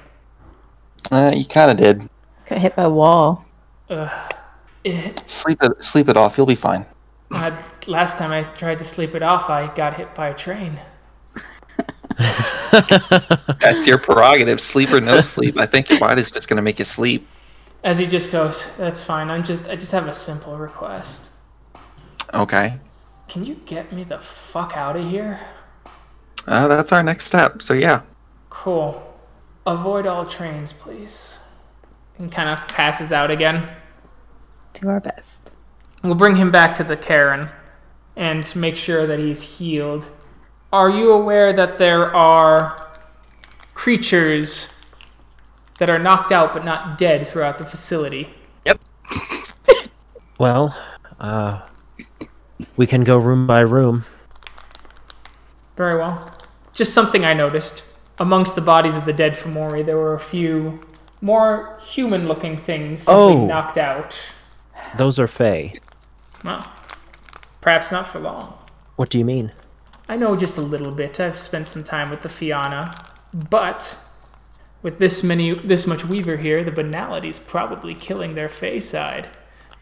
E: Uh, you kind of did.
B: Got hit by a wall.
E: Sleep it, sleep it off. You'll be fine.
A: Uh, last time I tried to sleep it off, I got hit by a train.
E: That's your prerogative, sleep or no sleep. I think your body's just gonna make you sleep.
A: As he just goes, That's fine. I'm just. I just have a simple request.
E: Okay.
A: Can you get me the fuck out of here?
E: Uh, that's our next step. So yeah.
A: Cool. Avoid all trains, please. And kind of passes out again.
B: Do our best.
A: We'll bring him back to the Karen and make sure that he's healed. Are you aware that there are creatures that are knocked out but not dead throughout the facility?
D: Well, uh, we can go room by room.
A: Very well. Just something I noticed. Amongst the bodies of the dead from Mori, there were a few more human looking things simply
D: Oh.
A: knocked out.
D: Those are Fey.
A: Well, perhaps not for long.
D: What do you mean?
A: I know just a little bit. I've spent some time with the Fianna, but with this many, this much Weaver here, the banality's probably killing their Fey side.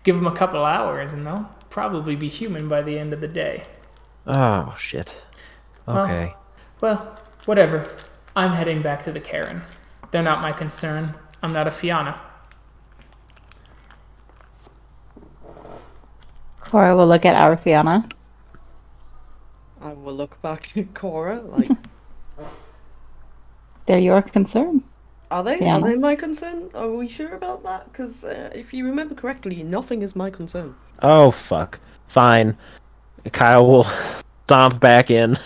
A: Give them a couple hours, and they'll probably be human by the end of the day.
D: Oh shit. Okay.
A: Well, whatever. I'm heading back to the Karen. They're not my concern. I'm not a Fianna.
B: Cora will look at our Fiona.
F: I will will look back at Cora. Like,
G: They're your concern.
F: are they?
G: Yeah.
F: Are they my concern? Are we sure about that? Because uh, if you remember correctly, nothing is my concern.
D: Oh fuck. Fine. Kyle will stomp back in.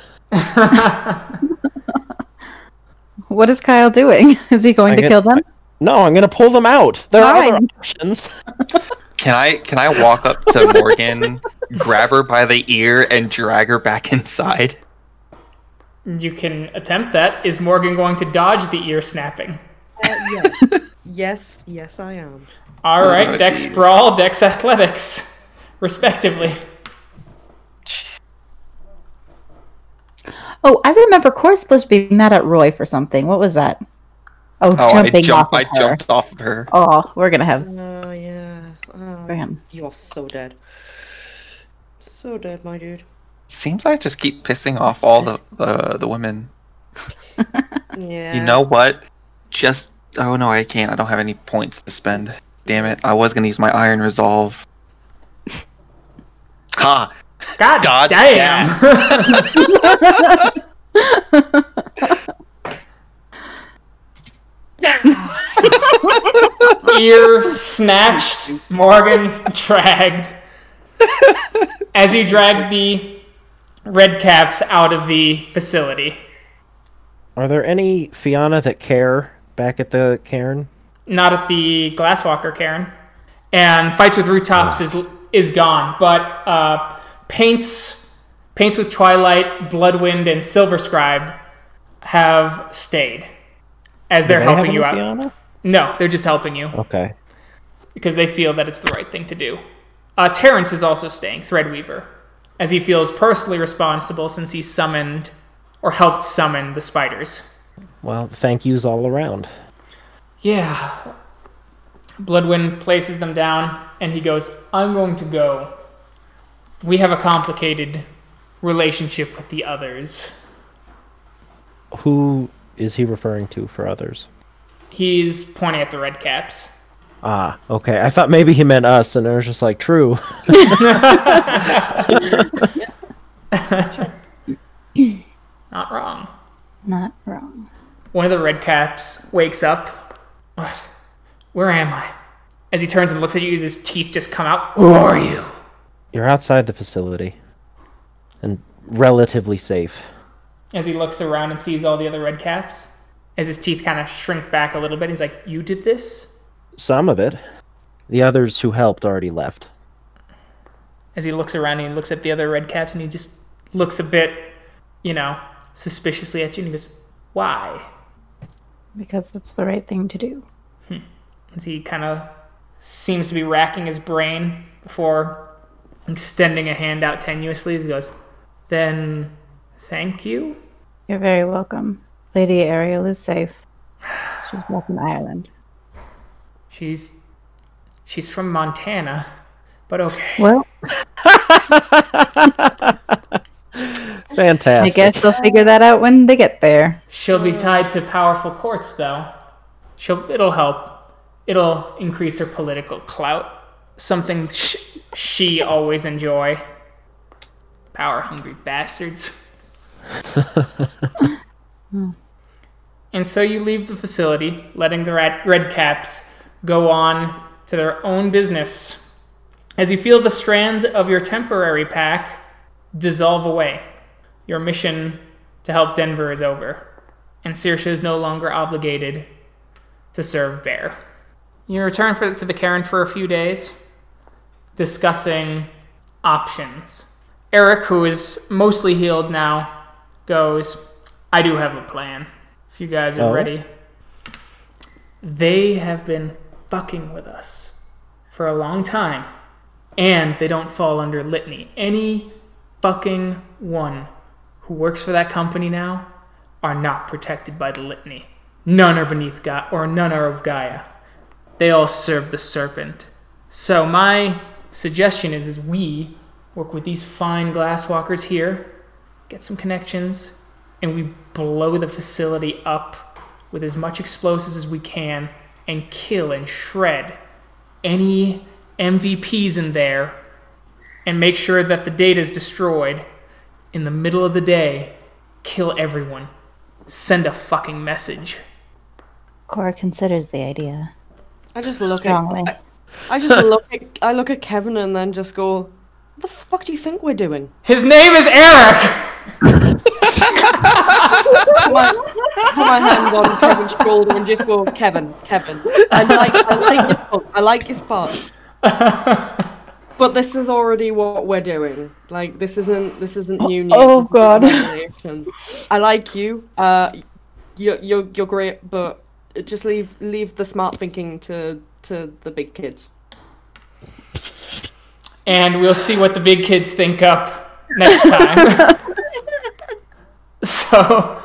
G: What is Kyle doing? Is he going
D: I
G: to
D: get-
G: kill them?
D: No, I'm gonna pull them out. There are other
G: Fine.
D: options.
E: Can I can I walk up to Morgan, grab her by the ear, and drag her back inside?
A: You can attempt that. Is Morgan going to dodge the ear snapping?
F: Uh, yes. yes, yes, I am.
A: All right,
E: Oh,
A: Dex
E: geez.
A: Brawl, Dex Athletics, respectively.
G: Oh, I remember Cora's supposed to be mad at Roy for something. What was that? Oh,
E: Oh, I
G: jumping
E: jumped!
G: off
E: I
G: of her.
E: jumped off of her.
G: Oh, we're gonna have
F: Oh yeah. Oh,
G: for him.
F: You're so dead. So dead, my dude.
E: Seems I just keep pissing off all the the, the women.
F: Yeah.
E: You know what? Just oh no, I can't. I don't have any points to spend. Damn it! I was gonna use my Iron Resolve. Ha!
A: God
E: Dodge
A: damn! ear snatched, Morgan dragged. As you drag the red caps out of the facility.
D: Are there any Fianna that care back at the cairn?
A: not at the Glasswalker, Karen. And fights with rooftops is is gone, but uh, paints paints with Twilight, Bloodwind, and Silver Scribe have stayed as they're
D: They have
A: helping
D: any Oh.
A: you out.
D: Fianna?
A: No, they're just helping you
D: Okay.
A: because they feel that it's the right thing to do. Uh, Terrence is also staying, Threadweaver, as he feels personally responsible since he summoned or helped summon the spiders.
D: Well, thank yous all around.
A: Yeah. Bloodwind places them down and he goes, I'm going to go. We have a complicated relationship with the others.
D: Who is he referring to for others?
A: He's pointing at the red caps.
D: Ah, okay. I thought maybe he meant us, and I was just like, true.
A: Not wrong.
G: Not wrong.
A: One of the red caps wakes up. What? Where am I? As he turns and looks at you, his teeth just come out. Who are you?
D: You're outside the facility and relatively safe.
A: As he looks around and sees all the other red caps, as his teeth kind of shrink back a little bit, he's like, You did this?
D: Some of it. The others who helped already left.
A: as he looks around and he looks at the other red caps and he just looks a bit, you know, suspiciously at you and he goes, Why?
B: because it's the right thing to do.
A: As he kind of seems to be racking his brain before extending a hand out tenuously. He goes, Then thank you?
B: You're very welcome. Lady Ariel is safe. She's back in Ireland.
A: She's she's from Montana. But okay.
B: Well,
G: I
D: Fantastic.
G: guess they'll figure that out when they get there.
A: She'll be tied to powerful courts though. She'll it'll help. It'll increase her political clout. Something sh- she always enjoy. Power hungry bastards. and so you leave the facility, letting the rat- red caps go on to their own business. As you feel the strands of your temporary pack dissolve away, your mission to help Denver is over, and Sirsha is no longer obligated to serve Bear. You return for, to the Karen for a few days, discussing options. Eric, who is mostly healed now, goes, I do have a plan. If you guys are
D: Oh?
A: ready, they have been fucking with us for a long time, and they don't fall under litany. Any fucking one who works for that company now are not protected by the litany. None are beneath Ga- or none are of Gaia. They all serve the serpent. So my suggestion is, is we work with these fine glasswalkers here, get some connections, and we blow the facility up with as much explosives as we can and kill and shred any MVPs in there and make sure that the data is destroyed in the middle of the day, kill everyone. Send a fucking message.
B: Cora considers the idea
F: I just look at
B: strongly.
F: I just look at I look at Kevin and then just go, What the fuck do you think we're doing?
A: His name is Eric!
F: Put my, put my hand on Kevin's shoulder and just go, Kevin, Kevin. I like I like your spot. I like your spot. But this is already what we're doing. Like this isn't this isn't new news.
B: oh,
F: this is
B: God.
F: imagination. I like you. Uh you you're you're great, but just leave leave the smart thinking to to the big kids.
A: and we'll see what the big kids think up next time. so,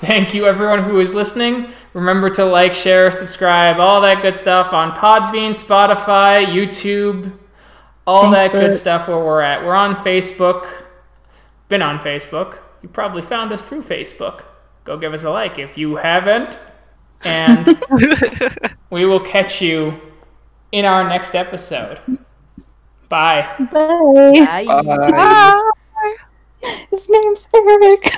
A: thank you everyone who is listening. Remember to like, share, subscribe, all that good stuff on Podbean, Spotify, YouTube, all that good
B: Facebook.
A: stuff where we're at. We're on Facebook. Been on Facebook. You probably found us through Facebook. Go give us a like if you haven't. And we will catch you in our next episode. Bye.
B: Bye.
F: Bye.
H: Bye.
B: His name's Eric.